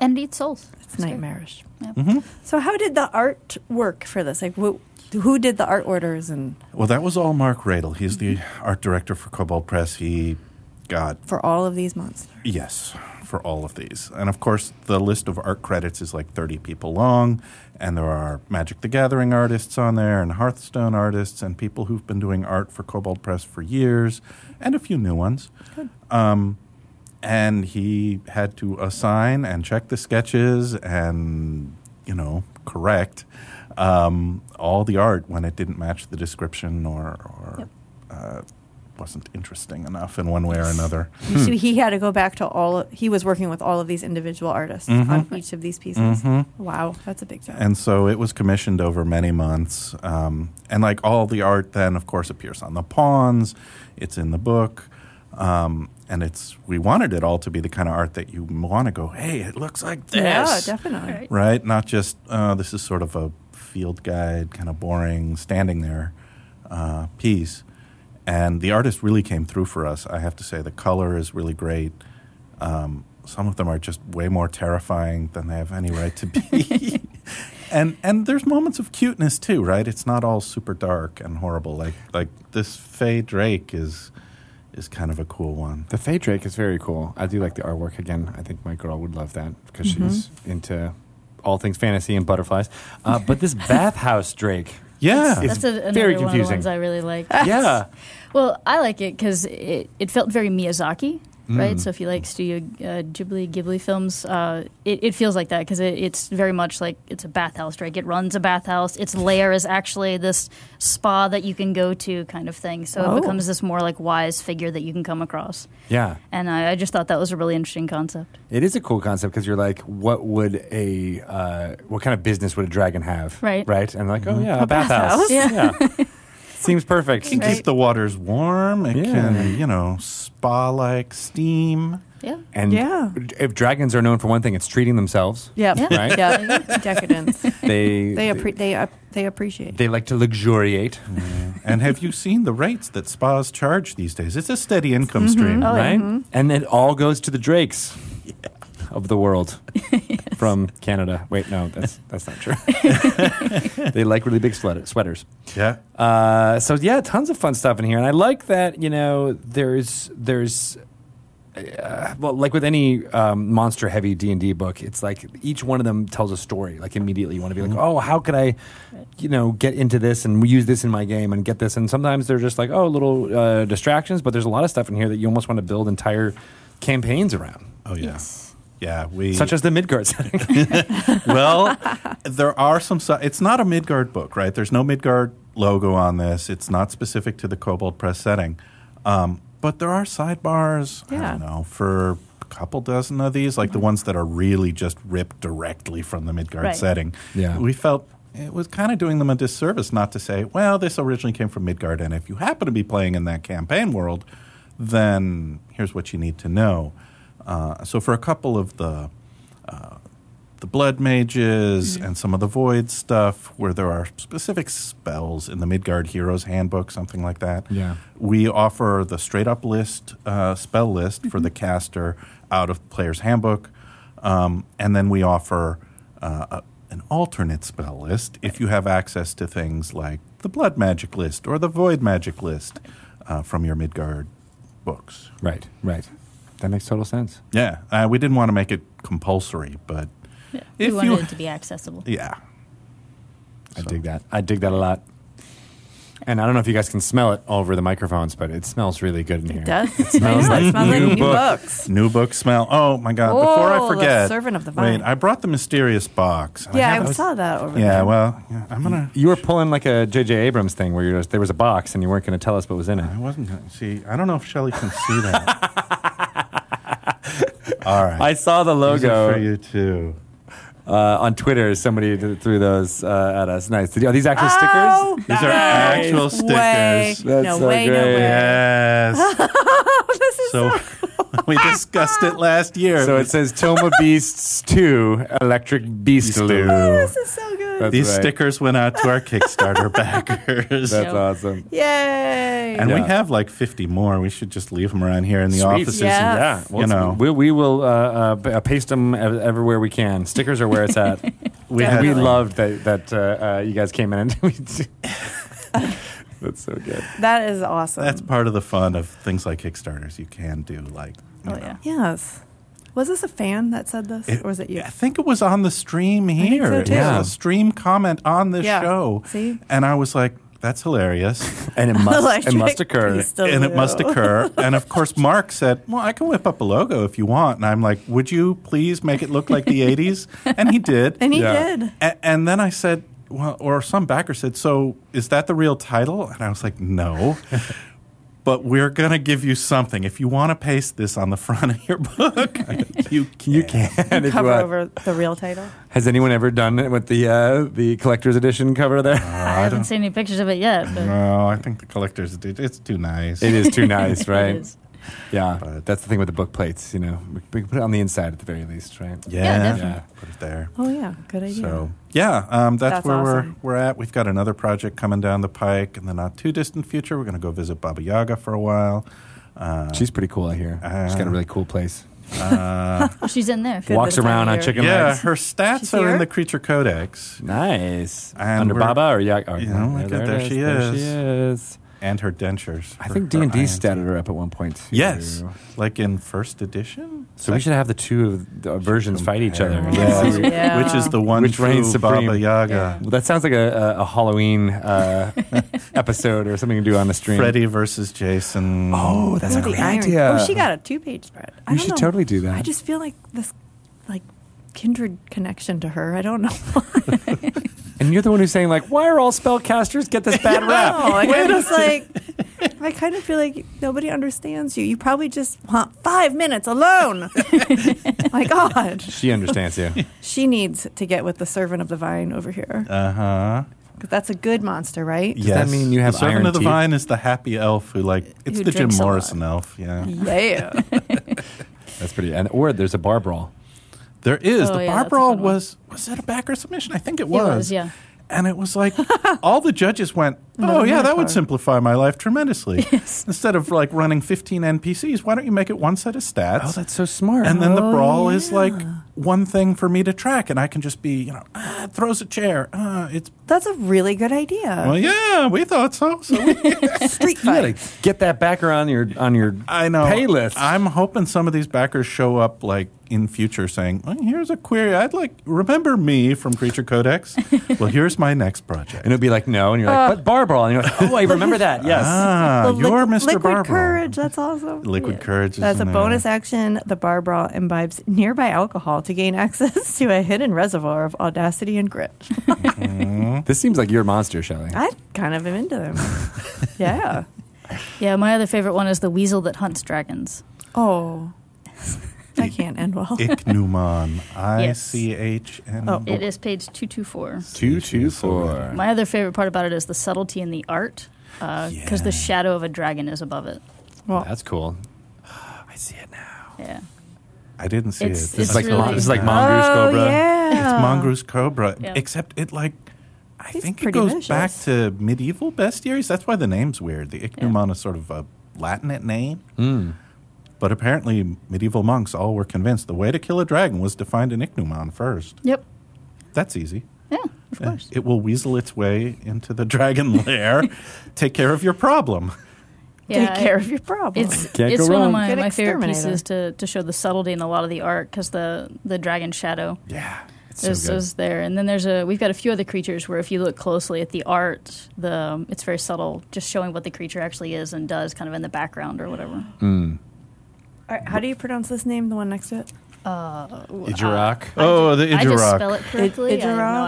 and eat souls. It's nightmarish. Yep. So, how did the art work for this? Like, who, who did the art orders and Well, that was all Mark Radel. He's the art director for Cobalt Press. He got for all of these monsters? Yes, for all of these. And of course, the list of art credits is like 30 people long, and there are Magic the Gathering artists on there, and Hearthstone artists, and people who've been doing art for Cobalt Press for years, and a few new ones. Um, and he had to assign and check the sketches and, you know, correct um, all the art when it didn't match the description or, or uh, wasn't interesting enough in one way or another. So he had to go back to all. Of, he was working with all of these individual artists on each of these pieces. Wow, that's a big job. And so it was commissioned over many months. Um, and like all the art, then of course appears on the pawns, it's in the book. Um, and it's, we wanted it all to be the kind of art that you want to go, hey, it looks like this. Yeah, definitely. Right. Right? Not just, uh, this is sort of a field guide, kind of boring, standing there uh, piece. And the artist really came through for us. I have to say, the color is really great. Um, some of them are just way more terrifying than they have any right to be. and and there's moments of cuteness too, right? It's not all super dark and horrible. Like like this Faye Drake is is kind of a cool one. The Fey Drake is very cool. I do like the artwork again. I think my girl would love that because Mm-hmm. she's into all things fantasy and butterflies. Uh, but this bathhouse Drake. Yeah, That's a, another very one of the confusing. ones I really like. Yeah. Well, I like it because it, it felt very Miyazaki, right? So if you like Studio uh, Ghibli Ghibli films, uh, it, it feels like that because it, it's very much like it's a bathhouse, right? It runs a bathhouse. Its lair is actually this spa that you can go to, kind of thing. So Oh. it becomes this more like wise figure that you can come across. Yeah. And I, I just thought that was a really interesting concept. It is a cool concept because you're like, what would a uh, what kind of business would a dragon have? Right. Right. And like, oh yeah, a, bathhouse. bathhouse. Yeah. Seems perfect. it can keep Right. the waters warm. It Yeah. can you know spa like steam. Yeah. And Yeah. if dragons are known for one thing, it's treating themselves. Yeah, Yeah. Right? yeah. Decadence. They They appre- they uh, they appreciate. they like to luxuriate. and have you seen the rates that spas charge these days? It's a steady income stream. right? And it all goes to the Drakes of the world from Canada. Wait, no, that's that's not true. they like really big sweater, sweaters. Yeah. Uh, so yeah, tons of fun stuff in here, and I like that. You know, there's there's. Uh, well, like with any um, monster-heavy D and D book, it's like each one of them tells a story. Like immediately, you want to be like, "Oh, how could I, you know, get into this and use this in my game and get this?" And sometimes they're just like, "Oh, little uh, distractions," but there's a lot of stuff in here that you almost want to build entire campaigns around, Oh yeah. Yes. Yeah. We such as the Midgard setting. well, there are some. si- It's not a Midgard book, right? There's no Midgard logo on this. It's not specific to the Cobalt Press setting, um, but there are sidebars. I Yeah. don't know for a couple dozen of these, like the ones that are really just ripped directly from the Midgard Right. setting. Yeah. we felt. It was kind of doing them a disservice not to say, well, this originally came from Midgard, and if you happen to be playing in that campaign world, then here's what you need to know. Uh, so, for a couple of the the blood mages Mm-hmm. and some of the void stuff where there are specific spells in the midgard heroes handbook something like that Yeah. we offer the straight up list uh, spell list for the Mm-hmm. caster out of player's handbook um, and then we offer uh, a, an alternate spell list if you have access to things like the blood magic list or the void magic list uh, from your midgard books right, right. That makes total sense. yeah uh, we didn't want to make it compulsory but We If wanted you- it to be accessible. yeah I dig that. I dig that a lot. And I don't know if you guys can smell it all over the microphones, but it smells really good in here. It does. It smells I know, like it smells new like new book. books. New book smell. Oh my God! Before Oh, I the forget, servant of the vine. wait, I brought the mysterious box. and I Yeah, I haven't- saw that over yeah. there. Well, yeah, I'm gonna. You were pulling like a J.J. Abrams thing where you're just, there was a box and you weren't going to tell us what was in I it. wasn't gonna see. I don't know if Shelly can see that. All right. I saw the These are for logo you too. uh, on Twitter. Somebody th- threw those uh, at us. Nice. Are these actual Oh, stickers? These are actual Way. stickers. That's no so way, no great. way. Yes. This is so we discussed it last year. So it says Toma Beasts 2 Electric Beastaloo. this is so good. good. That's These right. stickers went out to our Kickstarter backers. That's Yep. awesome. Yay. and we Yeah. have like 50 more. We should just leave them around here in the Sweet. offices. Yeah. And, Yeah, well, You know. we, we will uh, uh, b- uh, paste them ev- everywhere we can. Stickers are where it's at. we And had, we loved that that uh, uh, you guys came in and we did- that's so good. That is awesome. that's part of the fun of things like Kickstarters. You can do like. you Oh know. yeah. yes. Was this a fan that said this? It- or was it you? I think it was on the stream here. so, It was too. Yeah. a stream comment on this Yeah. show. See? And I was like, that's hilarious. And it must it must occur. and it must occur. And of course, Mark said, Well, I can whip up a logo if you want. And I'm like, Would you please make it look like the 80s? And he did. And he Yeah. did. A- and then I said, well, or some backer said, so is that the real title? And I was like, no. But we're going to give you something. If you want to paste this on the front of your book, you can. You can. If you Cover want. over the real title. Has anyone ever done it with the uh, the collector's edition cover there? I haven't seen any pictures of it yet, but No, I think the collectors, did- it's too nice. It is too nice, it right? is. Yeah, But- that's the thing with the book plates. You know, we, we can put it on the inside at the very least, right? Yeah, Yeah. definitely. Yeah. Put it there. Oh, yeah. Good idea. So yeah, um, that's, That's where awesome. we're we're at. We've got another project coming down the pike in the not too distant future. We're going to go visit Baba Yaga for a while. Uh, She's pretty cool. I hear she's got a Uh, really cool place. uh, Well, she's in there. Good Walks this time around of on year. chicken yeah, legs. her stats She's are here? in the Creature Codex, Nice. And Under we're- Baba or Yak? or- You know, look at- it there she There is. she is. and her dentures. I her- think D her and D irons. statted her up at one point. Too. Yes, like in first edition. So we should have the two of the uh, versions fight each other. Yeah. See- Yeah. Which is the one Which true reigns supreme. Baba Yaga, Well, that sounds like a, a, a Halloween uh, episode or something to do on the stream. Freddy versus Jason. Oh, that's Ooh, a the great iron. idea. Oh, she got a two page spread. I We don't should know. totally do that. I just feel like this, like, kindred connection to her. I don't know. and you're the one who's saying like, why are all spellcasters get this bad rap? No, like, I'm just like, I kind of feel like nobody understands you. You probably just want five minutes alone. My God. She understands you. She needs to get with the servant of the vine over here. Uh huh. 'Cause that's a good monster, right? Does that mean you have the servant iron of the teeth? vine is the happy elf who like it's Who the Jim drinks a lot. Morrison elf. Yeah, Yeah. That's pretty. And or there's a bar brawl. There is. Oh, the yeah, bar that's a brawl good one. was was that a backer submission? I think it was, was. yeah. And it was like all the judges went, "Oh Another yeah, that minotaur. would simplify my life tremendously." Instead of like running 15 NPCs, why don't you make it one set of stats? Oh, that's so smart. and then the Oh, brawl is yeah. like one thing for me to track and I can just be, you know, ah, throws a chair. Ah, it's That's a really good idea. Well, yeah, we thought so. So we, Street you fight. gotta get that backer on your on your I know. pay list. I'm hoping some of these backers show up like in future saying, well, "Here's a query. I'd like remember me from Creature Codex. well, here's my next project." and it'll be like no, and you're like, Uh. but bar brawl, and you're like, oh, I remember that. Yes. Ah, The liqu- you're Mr. Liquid Barbara. courage. That's awesome. Liquid courage. Is That's a in there. bonus action. The bar brawl imbibes nearby alcohol to gain access to a hidden reservoir of audacity and grit. Mm-hmm. This seems like your monster, Shelley. I kind of am into them. yeah. Yeah, my other favorite one is the weasel that hunts dragons. Oh, I can't end well. Ichneumon. I Yes. C H N. E. Oh. It is page 224. Two, two, four. My other favorite part about it is the subtlety in the art, because the shadow of a dragon is above it. Well, That's cool. I see it now. Yeah. I didn't see It's- it. This is It's like really- mon- this is like Oh, mongoose oh cobra. yeah, It's mongoose cobra, Yeah. except it like. I It's think it pretty goes vicious. back to medieval bestiaries. That's why the name's weird. The Ichneumon is sort of a Latinate name. Hmm. But apparently, medieval monks all were convinced the way to kill a dragon was to find an Ichneumon first. Yep. That's easy. Yeah, of Yeah. course. It will weasel its way into the dragon lair. Take care of your problem. Yeah, Take care it- of your problem. It's Can't it's go one wrong. of my, Good my favorite exterminator. pieces to, to show the subtlety in a lot of the art because the the dragon shadow Yeah. It's so is, good. is there, and then there's a we've got a few other creatures where if you look closely at the art, the um, it's very subtle, just showing what the creature actually is and does, kind of in the background or whatever. Mm. All right, how do you pronounce this name? The one next to it. Ijirak. Oh, the I just Ijirak. spell it correctly. I have Ijirak?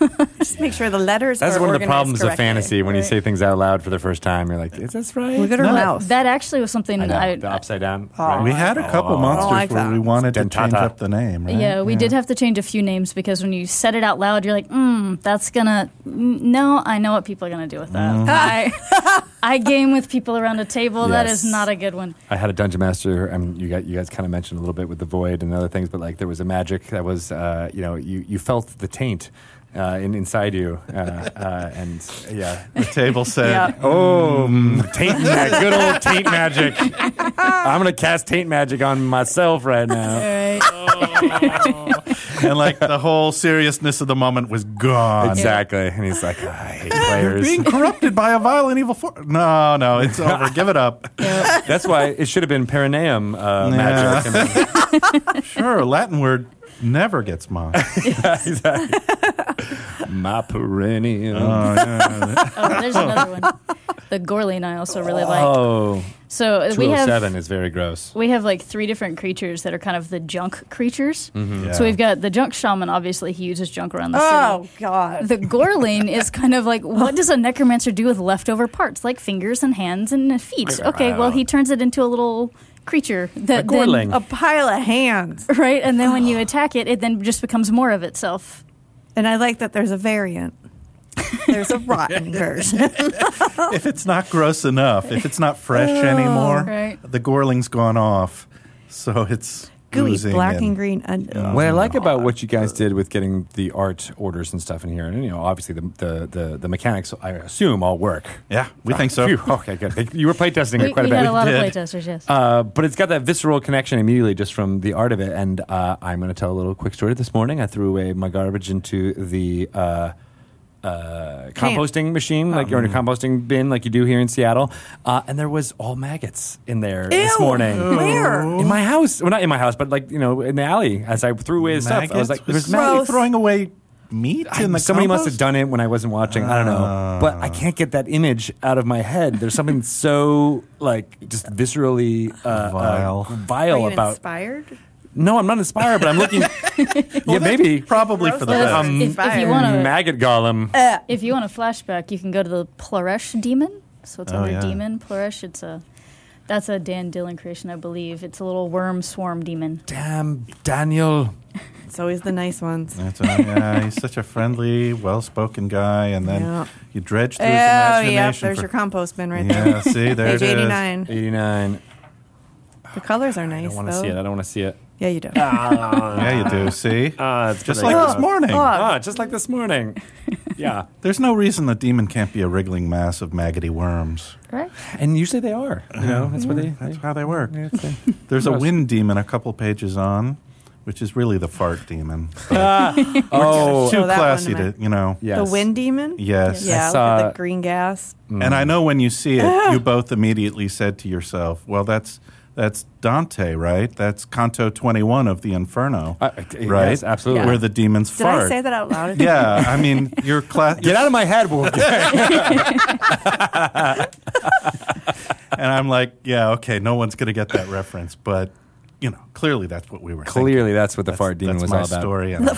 no idea. Just make sure the letters. That's are one of the organized problems of correctly. fantasy when you Right. say things out loud for the first time. You're like, is this right? Look at her No, mouth. that actually was something I know, I, the upside down. We had a couple Oh. monsters like where that. we wanted to change Dentata. up the name, right? Yeah, we did have to change a few names because when you said it out loud, you're like, mm, that's gonna. mm, No, I know what people are gonna do with that. Mm-hmm. I, I game with people around a table. That is Yes. not a good one. I had a dungeon master, and you got you guys kind of mentioned a little bit with the void and other things, but like there was a magic that was, uh, you know, you, you felt the taint. uh, in, inside you. Uh, uh, and yeah, The table said, Yeah. Oh, mm, taint magic. Good old taint magic. I'm going to cast taint magic on myself right now. and like the whole seriousness of the moment was gone. Exactly. And he's like, "Ah, I hate You're players. being corrupted by a vile and evil force. No, no, it's over. Give it up. That's why it should have been perineum uh, Yeah. magic. I mean, Sure, Latin word never gets mocked. exactly. My perineum. Oh, yeah. Oh, there's another one. The Gorlean I also really like. oh, So uh, we have 207 is very gross. we have like three different creatures that are kind of the junk creatures. Mm-hmm. Yeah. So we've got the junk shaman. Obviously, he uses junk around the Oh city. God. The Gorling is kind of like what does a necromancer do with leftover parts like fingers and hands and feet? Okay, well he turns it into a little creature that then- Gorling. a pile of hands. right? And then when you attack it, it then just becomes more of itself. And I like that there's a variant. There's a rotten version. if it's not gross enough, if it's not fresh Oh, anymore, right. the gorling's gone off. So it's Gooey, oozing black and and- green. And, What I like about what you guys did with getting the art orders and stuff in here, and you know, obviously the the the, the mechanics, I assume, all work. Yeah, we think so. Phew, okay, good. You were playtesting We, it quite we a had bit. a lot of did. playtesters, yes. Uh, but it's got that visceral connection immediately just from the art of it. And uh, I'm going to tell a little quick story. This morning, I threw away my garbage into the uh, uh, composting machine, like you're in Mm. a composting bin, like you do here in Seattle. Uh, and there was all maggots in there this Ew, morning. where? In my house. Well, not in my house, but like, you know, in the alley as I threw away the stuff. I was Maggots? like, was there's somebody maggots. Gross. throwing away meat in the Somebody compost? must have done it when I wasn't watching. I don't know, but I can't get that image out of my head. There's something so like just viscerally uh, uh, Vile. Are vile you about. inspired? No, I'm not inspired, but I'm looking. yeah, maybe Probably for the Gross. best. Um, if, if you Fire. want to maggot golem. If you want a flashback, you can go to the Plaresh demon. So it's Oh, under yeah. demon Plaresh. It's a that's a Dan Dillon creation, I believe. It's a little worm swarm demon. Damn, Daniel. It's always the nice ones. That's all, yeah, he's such a friendly, well-spoken guy, and then Yeah. you dredge Oh through his yeah, imagination. there's for- your compost bin right yeah, there. see, there Page it is. eighty nine. 89. The colors are nice I don't want to though. see it. I don't want to see it. Yeah, you do. Yeah, you do. See, Ah, it's just pretty Ah, like gross. this morning. Oh. Ah, just like this morning. Yeah. There's no reason the demon can't be a wriggling mass of maggoty worms. Right? And usually they are. You know, that's what they. That's they how they work. yeah, it's they- There's a wind demon a couple pages on, which is really the fart demon. Ah. oh, Too Throw that classy one in to, you know. yes. The wind demon. Yes. Yeah, look saw- at the green gas. And I know when you see it, you both immediately said to yourself, "Well, that's that's Dante, right? That's Canto 21 of the Inferno, Uh, yes, right? absolutely. Yeah. Where the demons Did fart." I say that out loud? Yeah, I mean, your class. Get out of my head, Wolf. And I'm like, yeah, okay, no one's gonna get that reference, but you know, clearly that's what we were. thinking. Clearly, that's what the That's- fart demon was that's my all about. story. And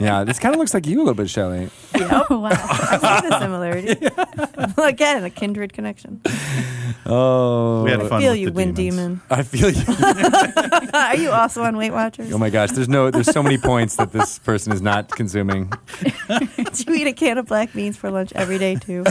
Yeah, this kind of looks like you a little bit, Shelley. Oh wow. I see the similarity. Again, a kindred connection. Oh, we had fun. I feel with you, the wind demons. demon. I feel you. Are you also on Weight Watchers? Oh my gosh, there's no, there's so many points that this person is not consuming. Do you eat a can of black beans for lunch every day too?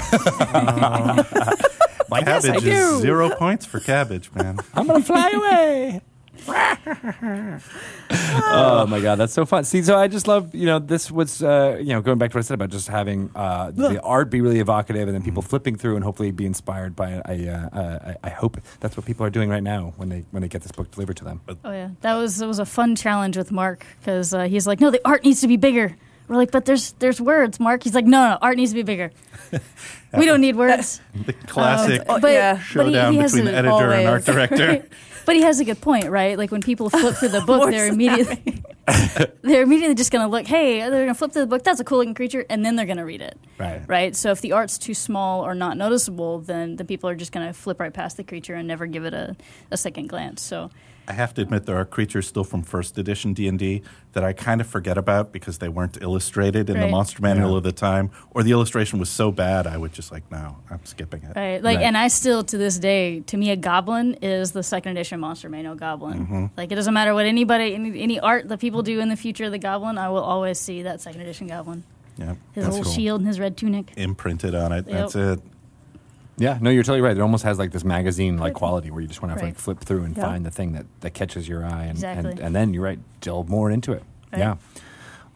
Cabbage I is do. zero points for cabbage, man. I'm gonna fly away. oh my god, that's so fun. See, so I just love you know this was uh, you know going back to what I said about just having uh, the art be really evocative, and then people flipping through and hopefully be inspired by it. I, uh, uh, I I hope that's what people are doing right now when they when they get this book delivered to them. oh yeah. That was it was a fun challenge with Mark because uh, he's like, no, the art needs to be bigger. We're like, but there's there's words, Mark. He's like, no, no, art needs to be bigger. we don't need words. Uh, The classic Oh, but, yeah. but he- showdown he has between a- the editor and art always. director. But he has a good point, right? Like when people flip through the book, they're immediately they're immediately just going to look. Hey, they're going to flip through the book. That's a cool looking creature, and then they're going to read it, Right. right? So if the art's too small or not noticeable, then the people are just going to flip right past the creature and never give it a, a second glance. So I have to admit there are creatures still from first edition D&D that I kind of forget about because they weren't illustrated in the Right. monster manual of the time or the illustration was so bad I would just like no, I'm skipping it. right, like, Right. and I still to this day, to me, a goblin is the second edition monster manual goblin. Like it doesn't matter what anybody any, any art that people do in the future of the goblin, I will always see that second edition goblin. Yeah. His that's little cool. shield and his red tunic. imprinted on it. Yep. That's it. Yeah, no, you're totally right. It almost has like this magazine like quality where you just want to have, like Right. flip through and Yeah. find the thing that, that catches your eye and, Exactly. and and then you're right, delve more into it. Right. Yeah.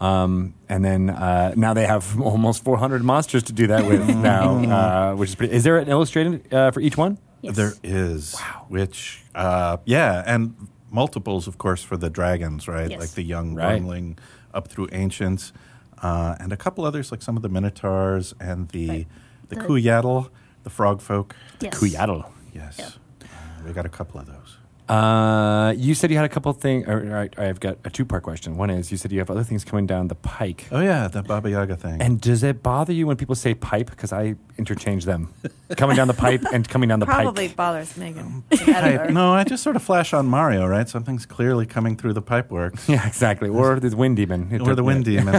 Um, and then uh, now they have almost 400 monsters to do that with now, uh, which is pretty. Is there an illustrated uh, for each one? Yes. There is. Wow. Which, uh, yeah, and multiples, of course, for the dragons, right? Yes. Like the young Right. wormling up through ancients, uh, and a couple others, like some of the minotaurs and the Right. the, The- Kuyaddle, the frog folk. Yes. Cuyaddle. Yes. Yep. Uh, we got a couple of those. Uh, you said you had a couple things. All right, I've got a two-part question. One is you said you have other things coming down the pike. Oh, yeah, the Baba Yaga thing. And does it bother you when people say pipe? Because I interchange them, coming down the pipe and coming down the Probably pike. bothers Megan. Pipe. No, I just sort of flash on Mario, right? Something's clearly coming through the pipe works. Yeah, exactly. Or the wind demon. It or the took- wind demon.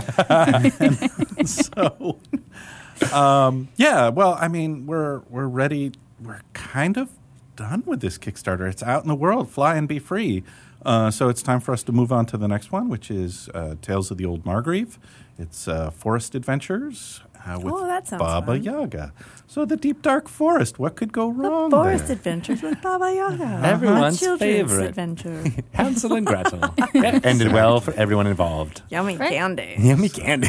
so, um, yeah. Well, I mean, we're we're ready. We're kind of done with this Kickstarter. It's out in the world. Fly and be free. Uh, so it's time for us to move on to the next one, which is uh, Tales of the Old Margrave. It's uh, forest adventures uh, with Oh, that sounds Baba fun. Yaga. So the deep dark forest. What could go the wrong? Forest there? Adventures with Baba Yaga. Everyone's Children's favorite. adventure. Hansel and Gretel. That ended well for everyone involved. Yummy Right. candy. Yummy candy.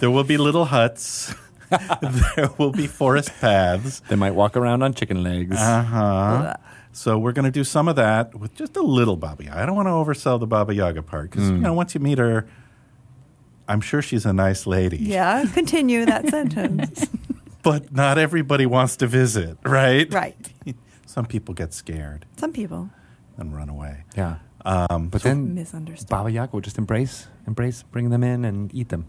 there will be little huts. there will be forest paths. they might walk around on chicken legs. Uh huh. So we're going to do some of that with just a little Baba Yaga. I don't want to oversell the Baba Yaga part because you know once you meet her, I'm sure she's a nice lady. Yeah, continue that sentence. But not everybody wants to visit, right? right. Some people get scared Some people and run away. yeah. Um, but then misunderstand. Baba Yaga would just embrace, embrace, bring them in and eat them.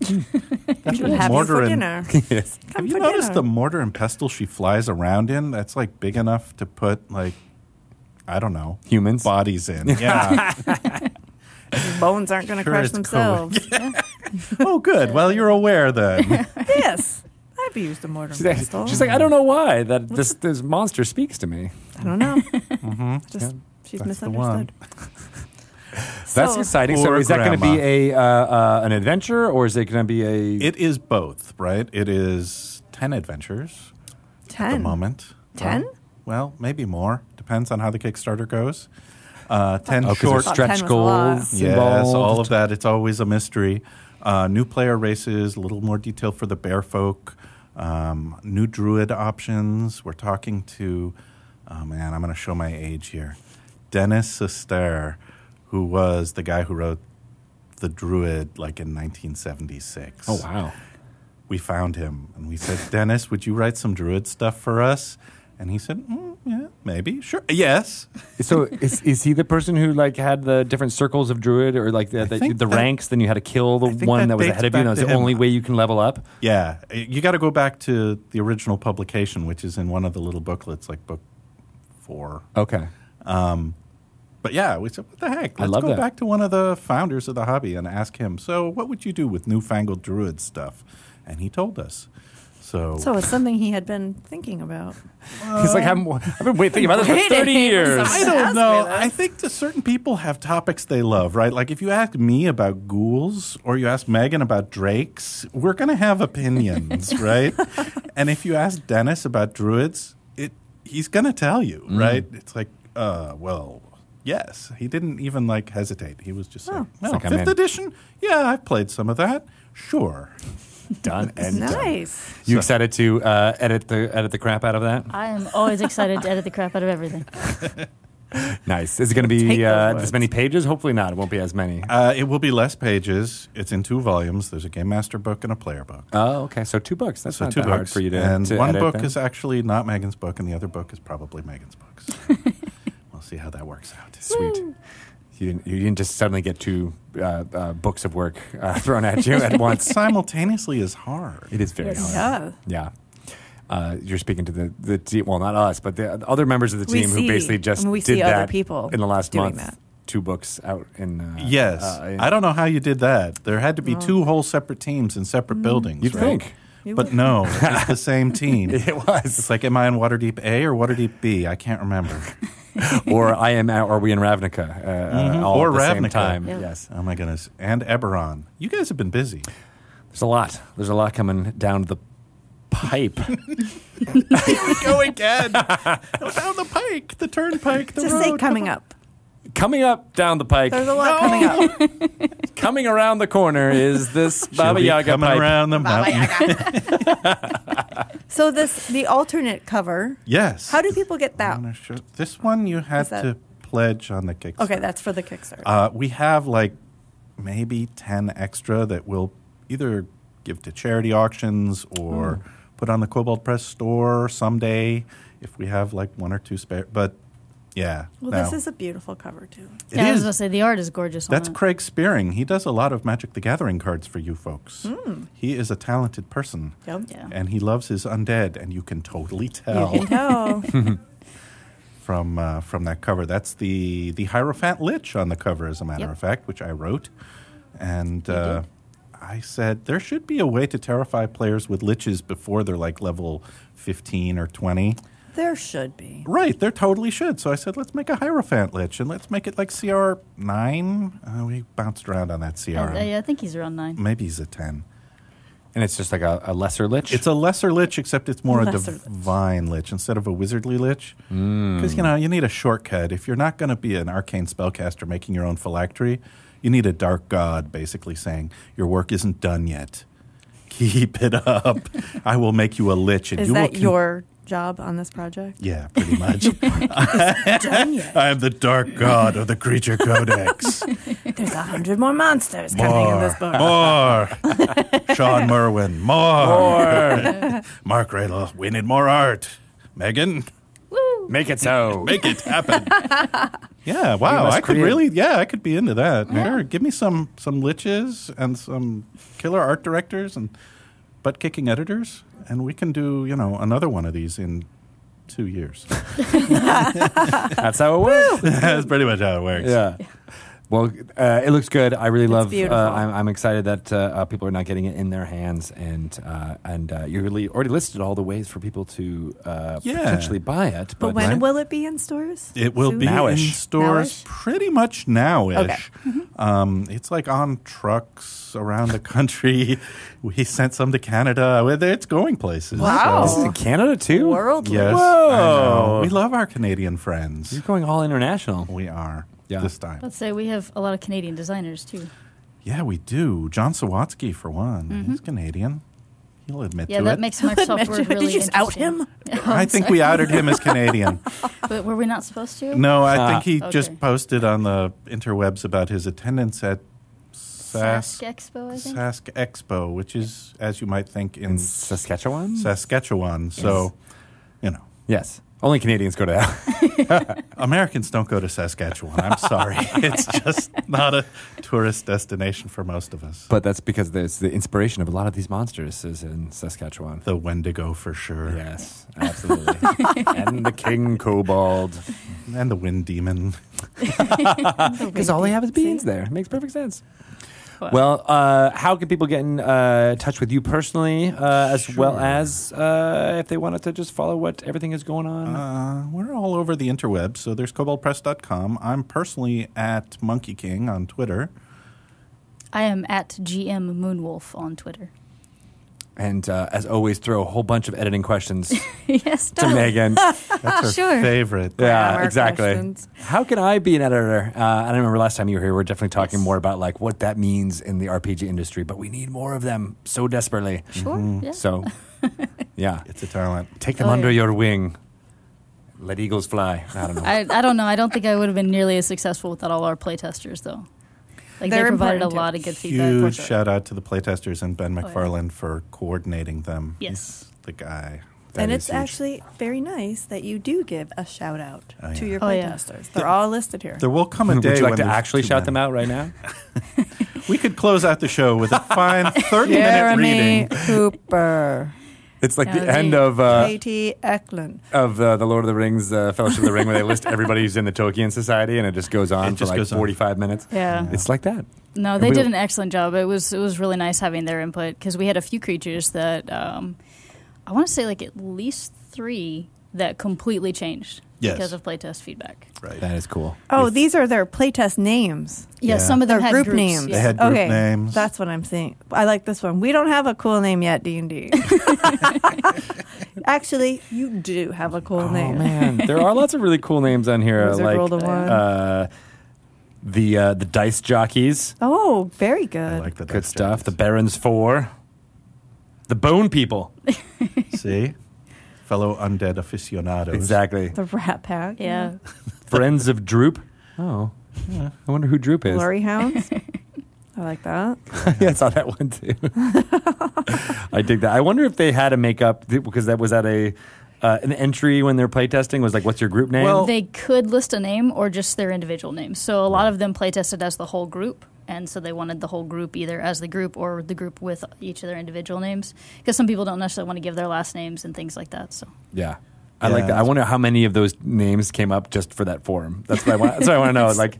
That's We'll have you mortar for and- dinner. yes. Come Have you for noticed dinner. the mortar and pestle she flies around in? That's like big enough to put like I don't know Humans. bodies in. Yeah. Your bones aren't going to Sure crush it's cool. themselves. oh, good. Well, you're aware then. yes. I've used a mortar She's and pestle. like, she's like, I don't know why that this, this monster speaks to me. I don't know. Just she's that's the one. misunderstood. That's So- exciting. So Poor is that going to grandma. be a uh, uh, an adventure or is it going to be a? It is both, right? It is 10 adventures Ten. at the moment. 10? Well, well, maybe more. Depends on how the Kickstarter goes. Uh, 10 oh, 'cause there's short. Thought 10 stretch was a lot. goals. Yes, involved. all of that. It's always a mystery. Uh, new player races, a little more detail for the bear folk, um, new druid options. We're talking to, oh man, I'm going to show my age here. Dennis Sester, who was the guy who wrote The Druid like in 1976 Oh wow. we found him and we said, Dennis, would you write some druid stuff for us? And he said, mm, Yeah, maybe, sure, yes. So is is he the person who like had the different circles of druid or like the, the, think the that- ranks? Then you had to kill the I think one that, that was dates ahead of you. And back that was the to him. only way you can level up. Yeah, you got to go back to the original publication, which is in one of the little booklets, like book four. Um, Okay. But yeah, we said, What the heck? I Let's love go that. back to one of the founders of the hobby and ask him, So, what would you do with newfangled druid stuff? And he told us. So, So it's something he had been thinking about. He's like I'm, I've been waiting about this for thirty years. I don't know. I think that certain people have topics they love, right? Like if you ask me about ghouls or you ask Megan about drakes, we're going to have opinions, right? And if you ask Dennis about druids, it he's going to tell you, right? It's like, uh, well, yes. He didn't even like hesitate. He was just like, well, Oh, like I'm fifth in. edition? Yeah, I've played some of that. Sure. Done and uh, done. Nice. You excited to uh, edit the edit the crap out of that? I am always excited to edit the crap out of everything. Nice. Is it going to Take be those uh, words. this many pages? Hopefully not. It won't be as many. Uh, it will be less pages. It's in two volumes. There's a game master book and a player book. Oh, okay. So two books. That's So not two that books hard for you to. and to one edit book then. is actually not Megan's book, and the other book is probably Megan's book. So we'll see how that works out. Sweet. You didn't, you didn't just suddenly get two uh, uh, books of work uh, thrown at you at once. Simultaneously is hard. It is very Yes. hard. Yeah. Yeah. Uh, you're speaking to the, the team, well, not us, but the other members of the We team see- who basically I just mean, we did see that other people in the last doing month. that. Two books out in. Uh, Yes, uh, in- I don't know how you did that. There had to be two whole separate teams in separate buildings. You'd right? think. mm, You but would. no, it's just the same team. It was. It's like, am I in Waterdeep A or Waterdeep B? I can't remember. or I am. At, are we in Ravnica? Uh, uh, all Mm-hmm. Or at the same Ravnica. time. Yeah. Yes. Oh my goodness! And Eberron, you guys have been busy. There's a lot. There's a lot coming down the pipe. Go again down the pike, the turnpike, the Just road. say coming up. Coming up down the pike, There's a lot coming up. coming around the corner is this Baba She'll be Yaga coming pipe. around the mountain. So this the alternate cover. Yes. How do people get I that? wanna show- This one you had Is that- to pledge on the Kickstarter. Okay, that's for the Kickstarter. Uh, we have like maybe 10 extra that we'll either give to charity auctions or Hmm. put on the Cobalt Press store someday if we have like one or two spare. But yeah. well, no. this is a beautiful cover too. It yeah, I was is. gonna say the art is gorgeous. on That's that. Craig Spearing. He does a lot of Magic the Gathering cards for you folks. Hmm. He is a talented person. Yep. Yeah. And he loves his undead, and you can totally tell You can tell. from uh, from that cover. That's the the Hierophant Lich on the cover, as a matter Yep. of fact, which I wrote, and uh, I said there should be a way to terrify players with liches before they're like level fifteen or twenty. there should be. Right, there totally should. So I said, let's make a Hierophant Lich and let's make it like CR nine. Uh, we bounced around on that CR. I, I- I think he's around nine. Maybe he's a ten. and it's just like a, a lesser lich. It's a lesser lich, except it's more Lesser a lich. divine lich. instead of a wizardly lich. Because, you know, you need a shortcut. If you're not going to be an arcane spellcaster making your own phylactery, you need a dark god basically saying, Your work isn't done yet. Keep it up. I will make you a lich. And Is you will that con- your job on this project? Yeah, pretty much. Done yet? I am the dark god of the creature codex. There's a hundred more monsters coming in More. this book. More. Sean Merwin. More. Mark Radel. We need more art. Megan. Make it so. make it happen. yeah, wow. must I could create- really, yeah, I could be into that. Sure, give me some some liches and some killer art directors and butt kicking editors, and we can do you know another one of these in two years. That's how it works. That's pretty much how it works. Yeah. Well, uh, it looks good. I really love. Uh, beautiful. I'm, I'm excited that uh, uh, people are now getting it in their hands, and uh, and uh, you really already listed all the ways for people to uh, Yeah. potentially buy it. But But when Right. will it be in stores? It will Soon? be Nowish. in stores Nowish? Mm-hmm. pretty much nowish. Okay. Um, it's like on trucks around the country. we sent some to Canada. It's going places. Wow. this is in Canada too. Worldly. Yes. I Whoa. know. We love our Canadian friends. You're going all international. We are Yeah. this time. Let's say we have a lot of Canadian designers too. yeah, we do. John Sawatsky, for one, he's Canadian. He'll admit Mm-hmm. Yeah, to that it. makes Microsoft Word really Did you just out him? I think we outed him as Canadian. But were we not supposed to? no, I think he Ah. just Okay. posted on the interwebs about his attendance at SAS- Sask Expo, I think. Sask Expo, which is, as you might think, in In Saskatchewan. Saskatchewan. So, you know, yes. Only Canadians go to hell. Americans don't go to Saskatchewan. I'm sorry. it's just not a tourist destination for most of us. but that's because there's the inspiration of a lot of these monsters is in Saskatchewan. the Wendigo for sure. Yes, absolutely. and the King Kobold. And the Wind Demon. Because all they have is beans there. It makes perfect sense. Well, uh, how can people get in uh, touch with you personally, uh, as well Sure. as uh, if they wanted to just follow what everything is going on? Uh, we're all over the interweb, so there's cobaltpress.com. I'm personally at Monkey King on Twitter. I am at GM Moonwolf on Twitter. and uh, as always, throw a whole bunch of editing questions yes, to Megan. That's her Sure. favorite. yeah, Grammar exactly. questions. How can I be an editor? Uh, I remember last time you were here, we are definitely talking more about like what that means in the RPG industry, but we need more of them so desperately. Sure. Mm. Yeah. So, yeah, It's a talent. take them Oh, under yeah. your wing. Let eagles fly. I don't know. I, I don't know. I don't think I would have been nearly as successful without all our playtesters, though. Like They're they provided a important, too. lot of good feedback. Huge shout out to the playtesters and Ben yeah. McFarland for coordinating them. Yes. He's the guy. That and is it's huge. actually very nice that you do give a shout out Oh, to yeah. your Oh, yeah. playtesters. They're all listed here. There will come a Would day you like when to there's actually too shout them many. out right now? We could close out the show with a fine 30 minute Jeremy reading. Cooper, It's like Yeah, the they- end of uh, Katie Eklund. of uh, the Lord of the Rings uh, Fellowship of the Ring, where they list everybody who's in the Tolkien Society, and it just goes on It for just like goes on. forty five minutes. Yeah. It's like that. No, And they we- did an excellent job. It was it was really nice having their input because we had a few creatures that um, I want to say like at least three that completely changed Yes. because of playtest feedback. Right. That is cool. Oh, these are their playtest names. Yeah, Yeah. some of them Their had group groups, names. They yeah. had group okay, names. that's what I'm seeing. I like this one. We don't have a cool name yet, D and D. Actually, you do have a cool Oh name. man, there are lots of really cool names on here. Wizard like rolled a one. uh, the uh, the dice jockeys, Oh, very good. I like the good dice stuff. The jockeys. Barons Four, the Bone People, See, fellow undead aficionados. exactly. the Rat Pack. Yeah. Friends of Droop. Oh, yeah. I wonder who Droop is. Glory Hounds. I like that. yeah, I saw that one too. I dig that. I wonder if they had a makeup th- because that was at a uh, an entry when they're playtesting was like, "What's your group name?" Well- They could list a name or just their individual names. So a lot of them play tested as the whole group. And so they wanted the whole group either as the group or the group with each of their individual names. Because some people don't necessarily want to give their last names and things like that. So yeah. I like Yeah. that. I wonder how many of those names came up just for that forum. That's what I want. That's what I want to know. Like,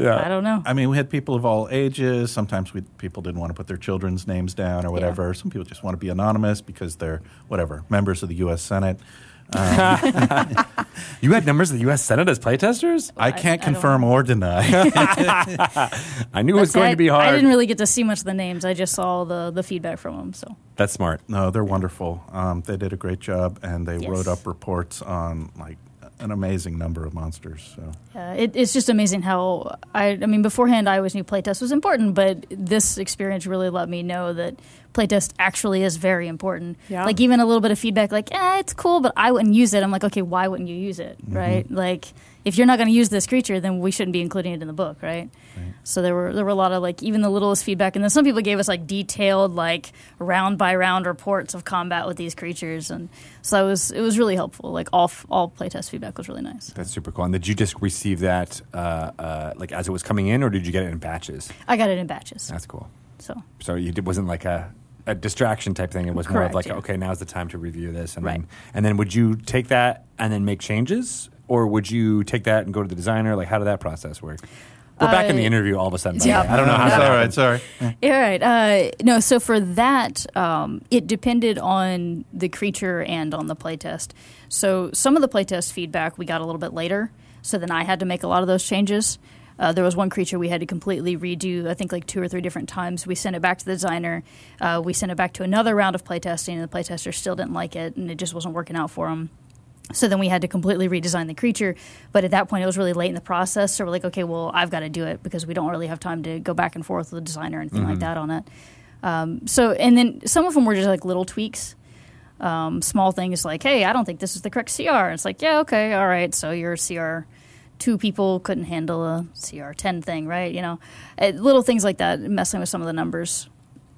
Uh, I don't know. I mean, we had people of all ages. Sometimes we, people didn't want to put their children's names down or whatever. Some people just want to be anonymous because they're whatever members of the U.S. Senate. you had numbers of the U.S. Senate as playtesters. I can't I don't confirm or deny. I knew it was See, going I, to be hard. I didn't really get to see much of the names. I just saw the, the feedback from them. So That's smart. no, they're wonderful. Um, they did a great job, and they Yes. wrote up reports on like an amazing number of monsters. So uh, it, it's just amazing how I, I mean, beforehand, I always knew playtest was important, but this experience really let me know that playtest actually is very important. Yeah. Like, even a little bit of feedback, like, eh, it's cool, but I wouldn't use it. I'm like, okay, why wouldn't you use it? Right? Like, if you're not going to use this creature, then we shouldn't be including it in the book, right? So there were there were a lot of like even the littlest feedback, and then some people gave us like detailed like round by round reports of combat with these creatures, and so it was it was really helpful. Like all f- all playtest feedback was really nice. That's super cool. And did you just receive that uh, uh, like as it was coming in, or did you get it in batches? I got it in batches. That's cool. So So you- it wasn't like a, a distraction type thing. It was more of Correct, like, yeah. okay, now's the time to review this, and Right. then and then would you take that and then make changes, or would you take that and go to the designer? Like, how did that process work? We're back in the Uh, interview all of a sudden. by the yeah. way. I don't know how it's that all happened. right. Sorry. Yeah, all right. Uh, no, so for that, um, it depended on the creature and on the playtest. So some of the playtest feedback we got a little bit later. So then I had to make a lot of those changes. Uh, there was one creature we had to completely redo, I think like two or three different times. We sent it back to the designer. Uh, we sent it back to another round of playtesting, and the playtester still didn't like it, and it just wasn't working out for them. So then we had to completely redesign the creature. But at that point, it was really late in the process. So we're like, okay, well, I've got to do it because we don't really have time to go back and forth with the designer or anything like that on it. Um, so, and then some of them were just like little tweaks, um, small things like, hey, I don't think this is the correct CR. And it's like, yeah, okay, all right. So your CR two people couldn't handle a CR 10 thing, right? You know, Uh, little things like that, messing with some of the numbers.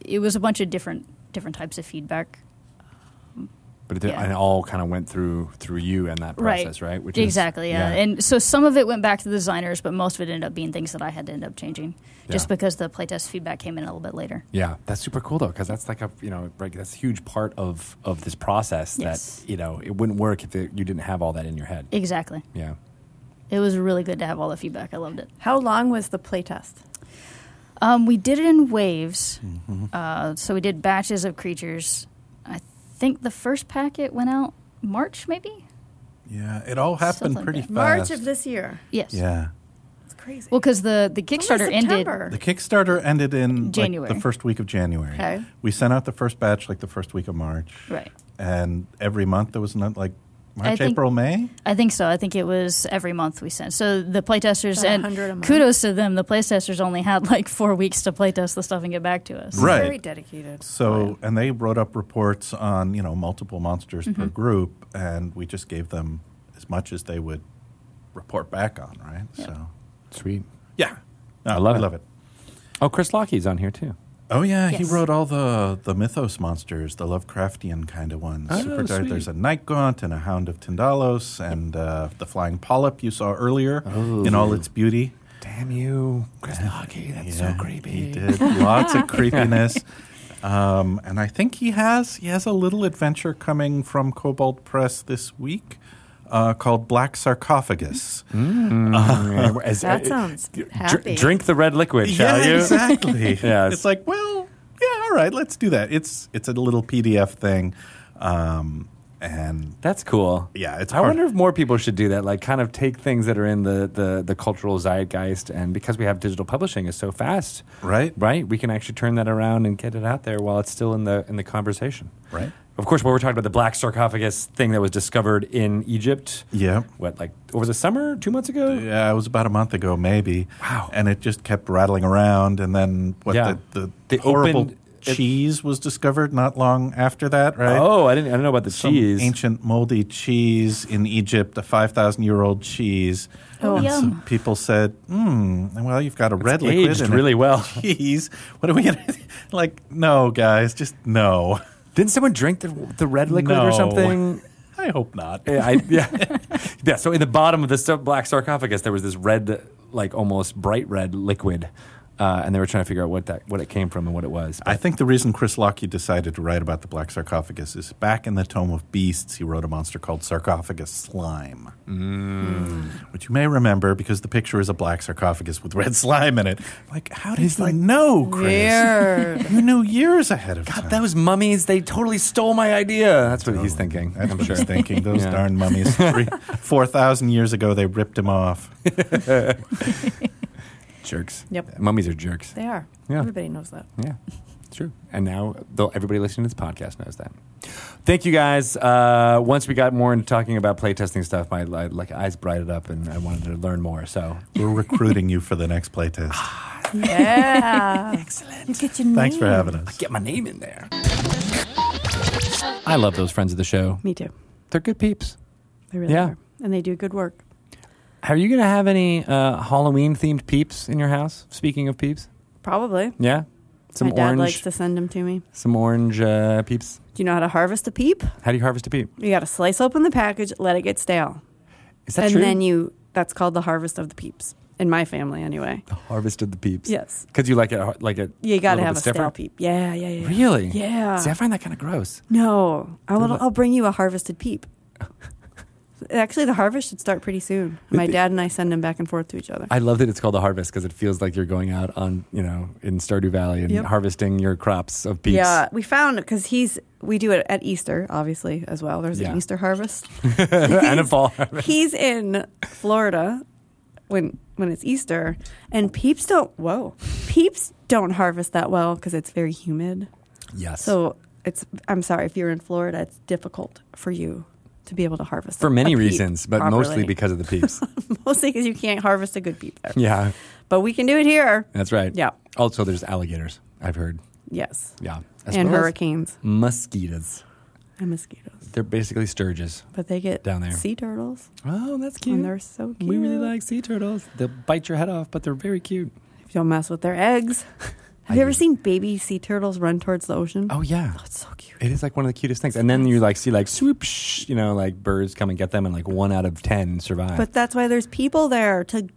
It was a bunch of different different types of feedback. But it, did- Yeah. and it all kind of went through through you and that process, right? Which is- exactly, yeah. And so some of it went back to the designers, but most of it ended up being things that I had to end up changing, Yeah. just because the playtest feedback came in a little bit later. Yeah, that's super cool though, because that's like a you know like that's a huge part of of this process Yes. that you know it wouldn't work if it, you didn't have all that in your head. Exactly. Yeah, It was really good to have all the feedback. I loved it. How long was the playtest? Uh, Um, we did it in waves, Mm-hmm. uh, so we did batches of creatures. I think the first packet went out March, maybe. Yeah, it all happened like pretty that. fast. March of this year. Yes. Yeah. It's crazy. Well, because the the It's almost Kickstarter ended. September. The Kickstarter ended in like, January. the first week of January. Okay. We sent out the first batch like the first week of March. Right. And every month there was not like March, think- April, May. I think so. I think it was every month we sent. So the playtesters About and 100 a month. kudos to them. The playtesters only had like four weeks to playtest the stuff and get back to us. Right. Very dedicated. So and they wrote up reports on you know multiple monsters per group, and we just gave them as much as they would report back on. Right. So sweet. yeah, No, I love I it. love it. Oh, Chris Lockie's on here too. Oh yeah, he Yes. wrote all the the mythos monsters, the Lovecraftian kind of ones. Oh, Super dark. sweet. There's a night gaunt and a hound of Tyndalos and uh, the flying polyp you saw earlier in all its beauty. Damn you, Chris Lockie. Oh. That's Yeah, so creepy. He did lots of creepiness. Um, and I think he has he has a little adventure coming from Cobalt Press this week uh, called Black Sarcophagus. Mm, as- That uh, sounds dr- happy. drink the red liquid, shall yeah, you? exactly. Yes. It's like, well, yeah, all right, let's do that. It's it's a little PDF thing, um, and That's cool. Yeah, it's I hard. wonder if more people should do that. Like, kind of take things that are in the the, the cultural zeitgeist, and because we have digital publishing, is so fast, Right. Right. We can actually turn that around and get it out there while it's still in the in the conversation. Right. Of course, what we're talking about the black sarcophagus thing that was discovered in Egypt. Yep. What, like over the summer, two months ago? Yeah, it was about a month ago, maybe. Wow. And it just kept rattling around, and then what? Yeah. The, the They horrible opened- it- cheese was discovered not long after that, right? Oh, I didn't. I don't know about the Some cheese. ancient moldy cheese in Egypt, a five thousand year old cheese. Oh, and yum. some people said, "Hmm, well, you've got a red liquid aged in it. really well. Cheese. What are we gonna like? No, guys, just no. Didn't someone drink the, the red liquid or No. something? I hope not. Yeah, I, yeah, yeah. So in the bottom of this black sarcophagus, there was this red, like almost bright red liquid, uh, and they were trying to figure out what that what it came from and what it was. I think the reason Chris Lockey decided to write about the black sarcophagus is back in the Tome of Beasts, he wrote a monster called Sarcophagus Slime, Mm, which you may remember because the picture is a black sarcophagus with red slime in it. Like, how did you know, Chris? Weird. You knew years ahead of time. Those mummies, they totally stole my idea. That's what he's thinking. That's what he's thinking. Those Yeah. darn mummies. Three, Four thousand years ago, they ripped him off. Jerks. Yep. Mummies are jerks. They are. Yeah. Everybody knows that. Yeah, it's true. And now, though, everybody listening to this podcast knows that. Thank you guys. Uh, once we got more into talking about playtesting stuff, my li- like eyes brightened up, and I wanted to learn more. So We're recruiting you for the next playtest. Yeah. Excellent. You get your Thanks name. for having us. get my name in there. I love those friends of the show. Me too. They're good peeps. They really Yeah. are. And they do good work. Are you going to have any uh, Halloween themed peeps in your house? Speaking of peeps, Probably. yeah, some My dad orange, likes to send them to me. some orange uh, peeps. Do you know how to harvest a peep? How do you harvest a peep? You got to slice open the package, let it get stale. Is that and true? then you, that's called the harvest of the peeps. In my family, anyway. the harvest of the peeps. Yes. because you like it har- like it. You got to little have bit a stiffer? stale peep. Yeah, yeah, yeah. yeah. Really? Yeah. See, I find that kind of gross. No, I They're will, like- I'll bring you a harvested peep. Actually, the harvest should start pretty soon. My dad and I send them back and forth to each other. I love that it's called the harvest because it feels like you're going out on you know in Stardew Valley and Yep. harvesting your crops of peeps. Yeah, we found because he's we do it at Easter, obviously as well. There's Yeah. an Easter harvest. and a fall harvest. he's in Florida when when it's Easter, and peeps don't. Whoa, peeps don't harvest that well because it's very humid. Yes. So it's. I'm sorry if you're in Florida, it's difficult for you to be able to harvest for a- many a peep reasons, but mostly properly. because of the peeps. mostly because you can't harvest a good peep there. yeah, But we can do it here. that's right. Yeah. Also, there's alligators. I've heard. Yes. Yeah. As and well as hurricanes mosquitoes. and mosquitoes. They're basically sturges. But they get Down there. sea turtles, Oh, that's and they're so cute. We really like sea turtles. They'll bite your head off, but they're very cute. If you don't mess with their eggs. Have you ever seen baby sea turtles run towards the ocean? Oh yeah. it's so cute. It is like one of the cutest things. And then you like see like swoop, shh, you know, like birds come and get them, and like one out of ten survive. But that's why there's people there to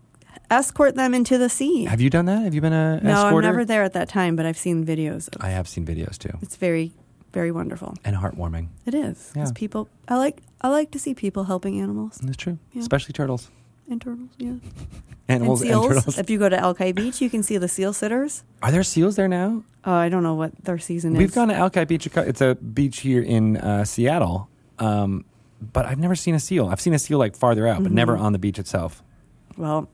escort them into the sea. have you done that? Have you been a no, escorter? I'm never there at that time, but I've seen videos. Of, I have seen videos too, it's very, very wonderful. and heartwarming. It is because Yeah. people. I like. I like to see people helping animals That's true, Yeah. especially turtles, and turtles. Yeah, animals, and and, seals. turtles. If you go to Alki Beach, you can see the seal sitters. Are there seals there now? Uh, I don't know what their season We've is. gone to Alki Beach. a cou- It's a beach here in uh, Seattle, um, but I've never seen a seal. I've seen a seal like farther out, but never Mm-hmm. on the beach itself. Well,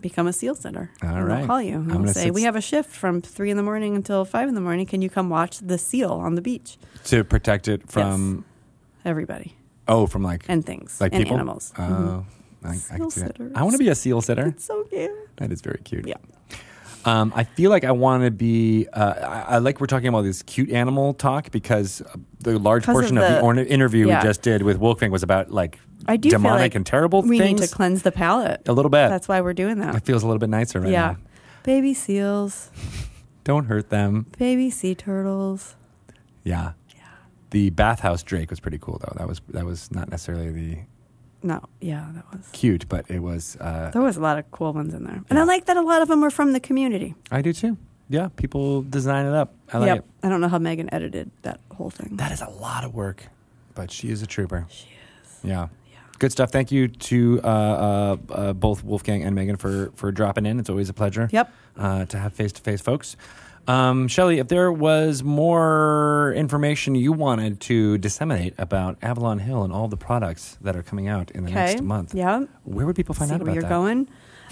become a seal sitter. All and right. They'll call you. I'm And gonna they'll say, sit- We have a shift from three in the morning until five in the morning. Can you come watch the seal on the beach? to protect it from Everybody oh from like and things like and people animals. Oh, Mhm. I, I, Seal can see that. sitters. I want to be a seal sitter. It's so cute. That is very cute. Yeah. Um, I feel like I want to be. Uh, I, I like we're talking about this cute animal talk because uh, the large 'Cause of portion of the, the- orna- interview yeah. we just did with Wolfgang was about like I do feel demonic like and terrible We things. need to cleanse the palate. a little bit. That's why we're doing it that. feels a little bit nicer right yeah. now. Baby seals, Don't hurt them. baby sea turtles. Yeah. The bathhouse Drake was pretty cool though. That was that was not necessarily the No, yeah, that was. cute, but it was. Uh, There was a lot of cool ones in there. And Yeah. I like that a lot of them were from the community. I do too. Yeah, people design it up. I like yep. it. I don't know how Megan edited that whole thing. That is a lot of work, but she is a trooper. She is. Yeah. Good stuff. Thank you to uh, uh, uh, both Wolfgang and Megan for, for dropping in. It's always a pleasure yep. uh, to have face to face folks. Um, Shelly, if there was more information you wanted to disseminate about Avalon Hill and all the products that are coming out in the next month, Yeah. where would people find See out where about you're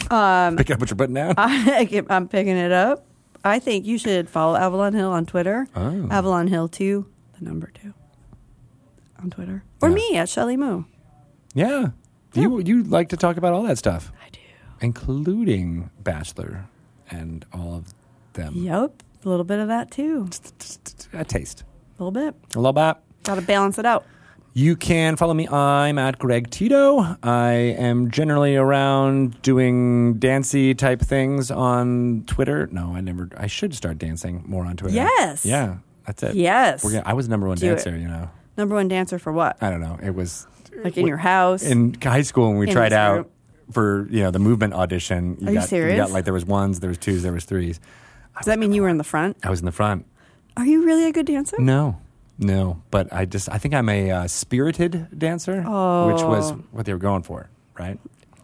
that? going. Um, Pick up what you're putting down. I, get- I'm picking it up. I think you should follow Avalon Hill on Twitter. Oh. Avalon Hill two, the number two. on Twitter or Yeah. me at Shelly Moo. Yeah. You you like to talk about all that stuff, I do. including Bachelor and all of them. Yep, a little bit of that too. A taste. A little bit. A little bit. Got to balance it out. You can follow me. I'm at Greg Tito. I am generally around doing dancey type things on Twitter. No, I never. I should start dancing more on Twitter. Yes. Yeah, that's it. Yes. We're gonna, I was number one Do it. dancer. You know, Number one dancer for what? I don't know. It was Like in your house? in high school when we In tried this out group. for you know the movement audition. Are you got, serious? got like there was ones, there was twos, there was threes. Does that mean you were in the front? I was in the front. Are you really a good dancer? No, no. But I just I think I'm a uh, spirited dancer, which was Oh. what they were going for, right?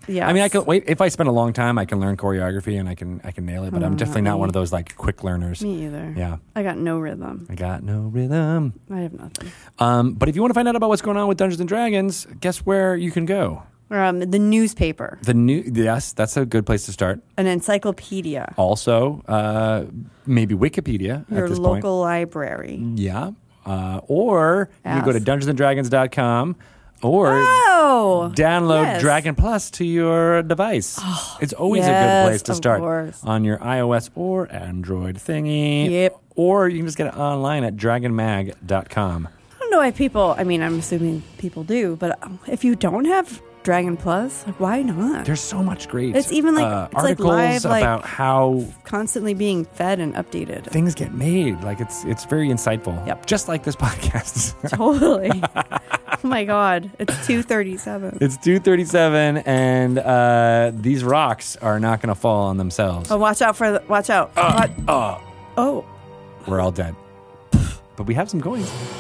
Yeah. I mean, I can wait. If I spend a long time, I can learn choreography and I can I can nail it. But I'm definitely not one of those like quick learners. Mm. Me either. Yeah, I got no rhythm. I got no rhythm. I have nothing. Um, but if you want to find out about what's going on with Dungeons and Dragons, guess where you can go? Um, the newspaper, The new yes, that's a good place to start. an encyclopedia, Also, uh, maybe Wikipedia your at this local library. point. Yeah, uh, or you go to Ask. DungeonsandDragons.com or. Oh, Download yes. Oh, Dragon Plus to your device. it's always a yes, good place to of start course. on your iOS or Android thingy. Yep. Or you can just get it online at dragonmag.com. I don't know why people. I mean, I'm assuming people do, but um, if you don't have Dragon Plus, like, why not? There's so much great It's even like- uh, it's like articles live, like- about how Constantly being fed and updated. things get made. Like it's it's very insightful. Yep. Just like this podcast. totally. oh my God, it's two thirty-seven. it's 237 and uh, these rocks are not going to fall on themselves. Oh, watch out for the, watch out. Wa- Oh, oh. we're all dead. but we have some coins.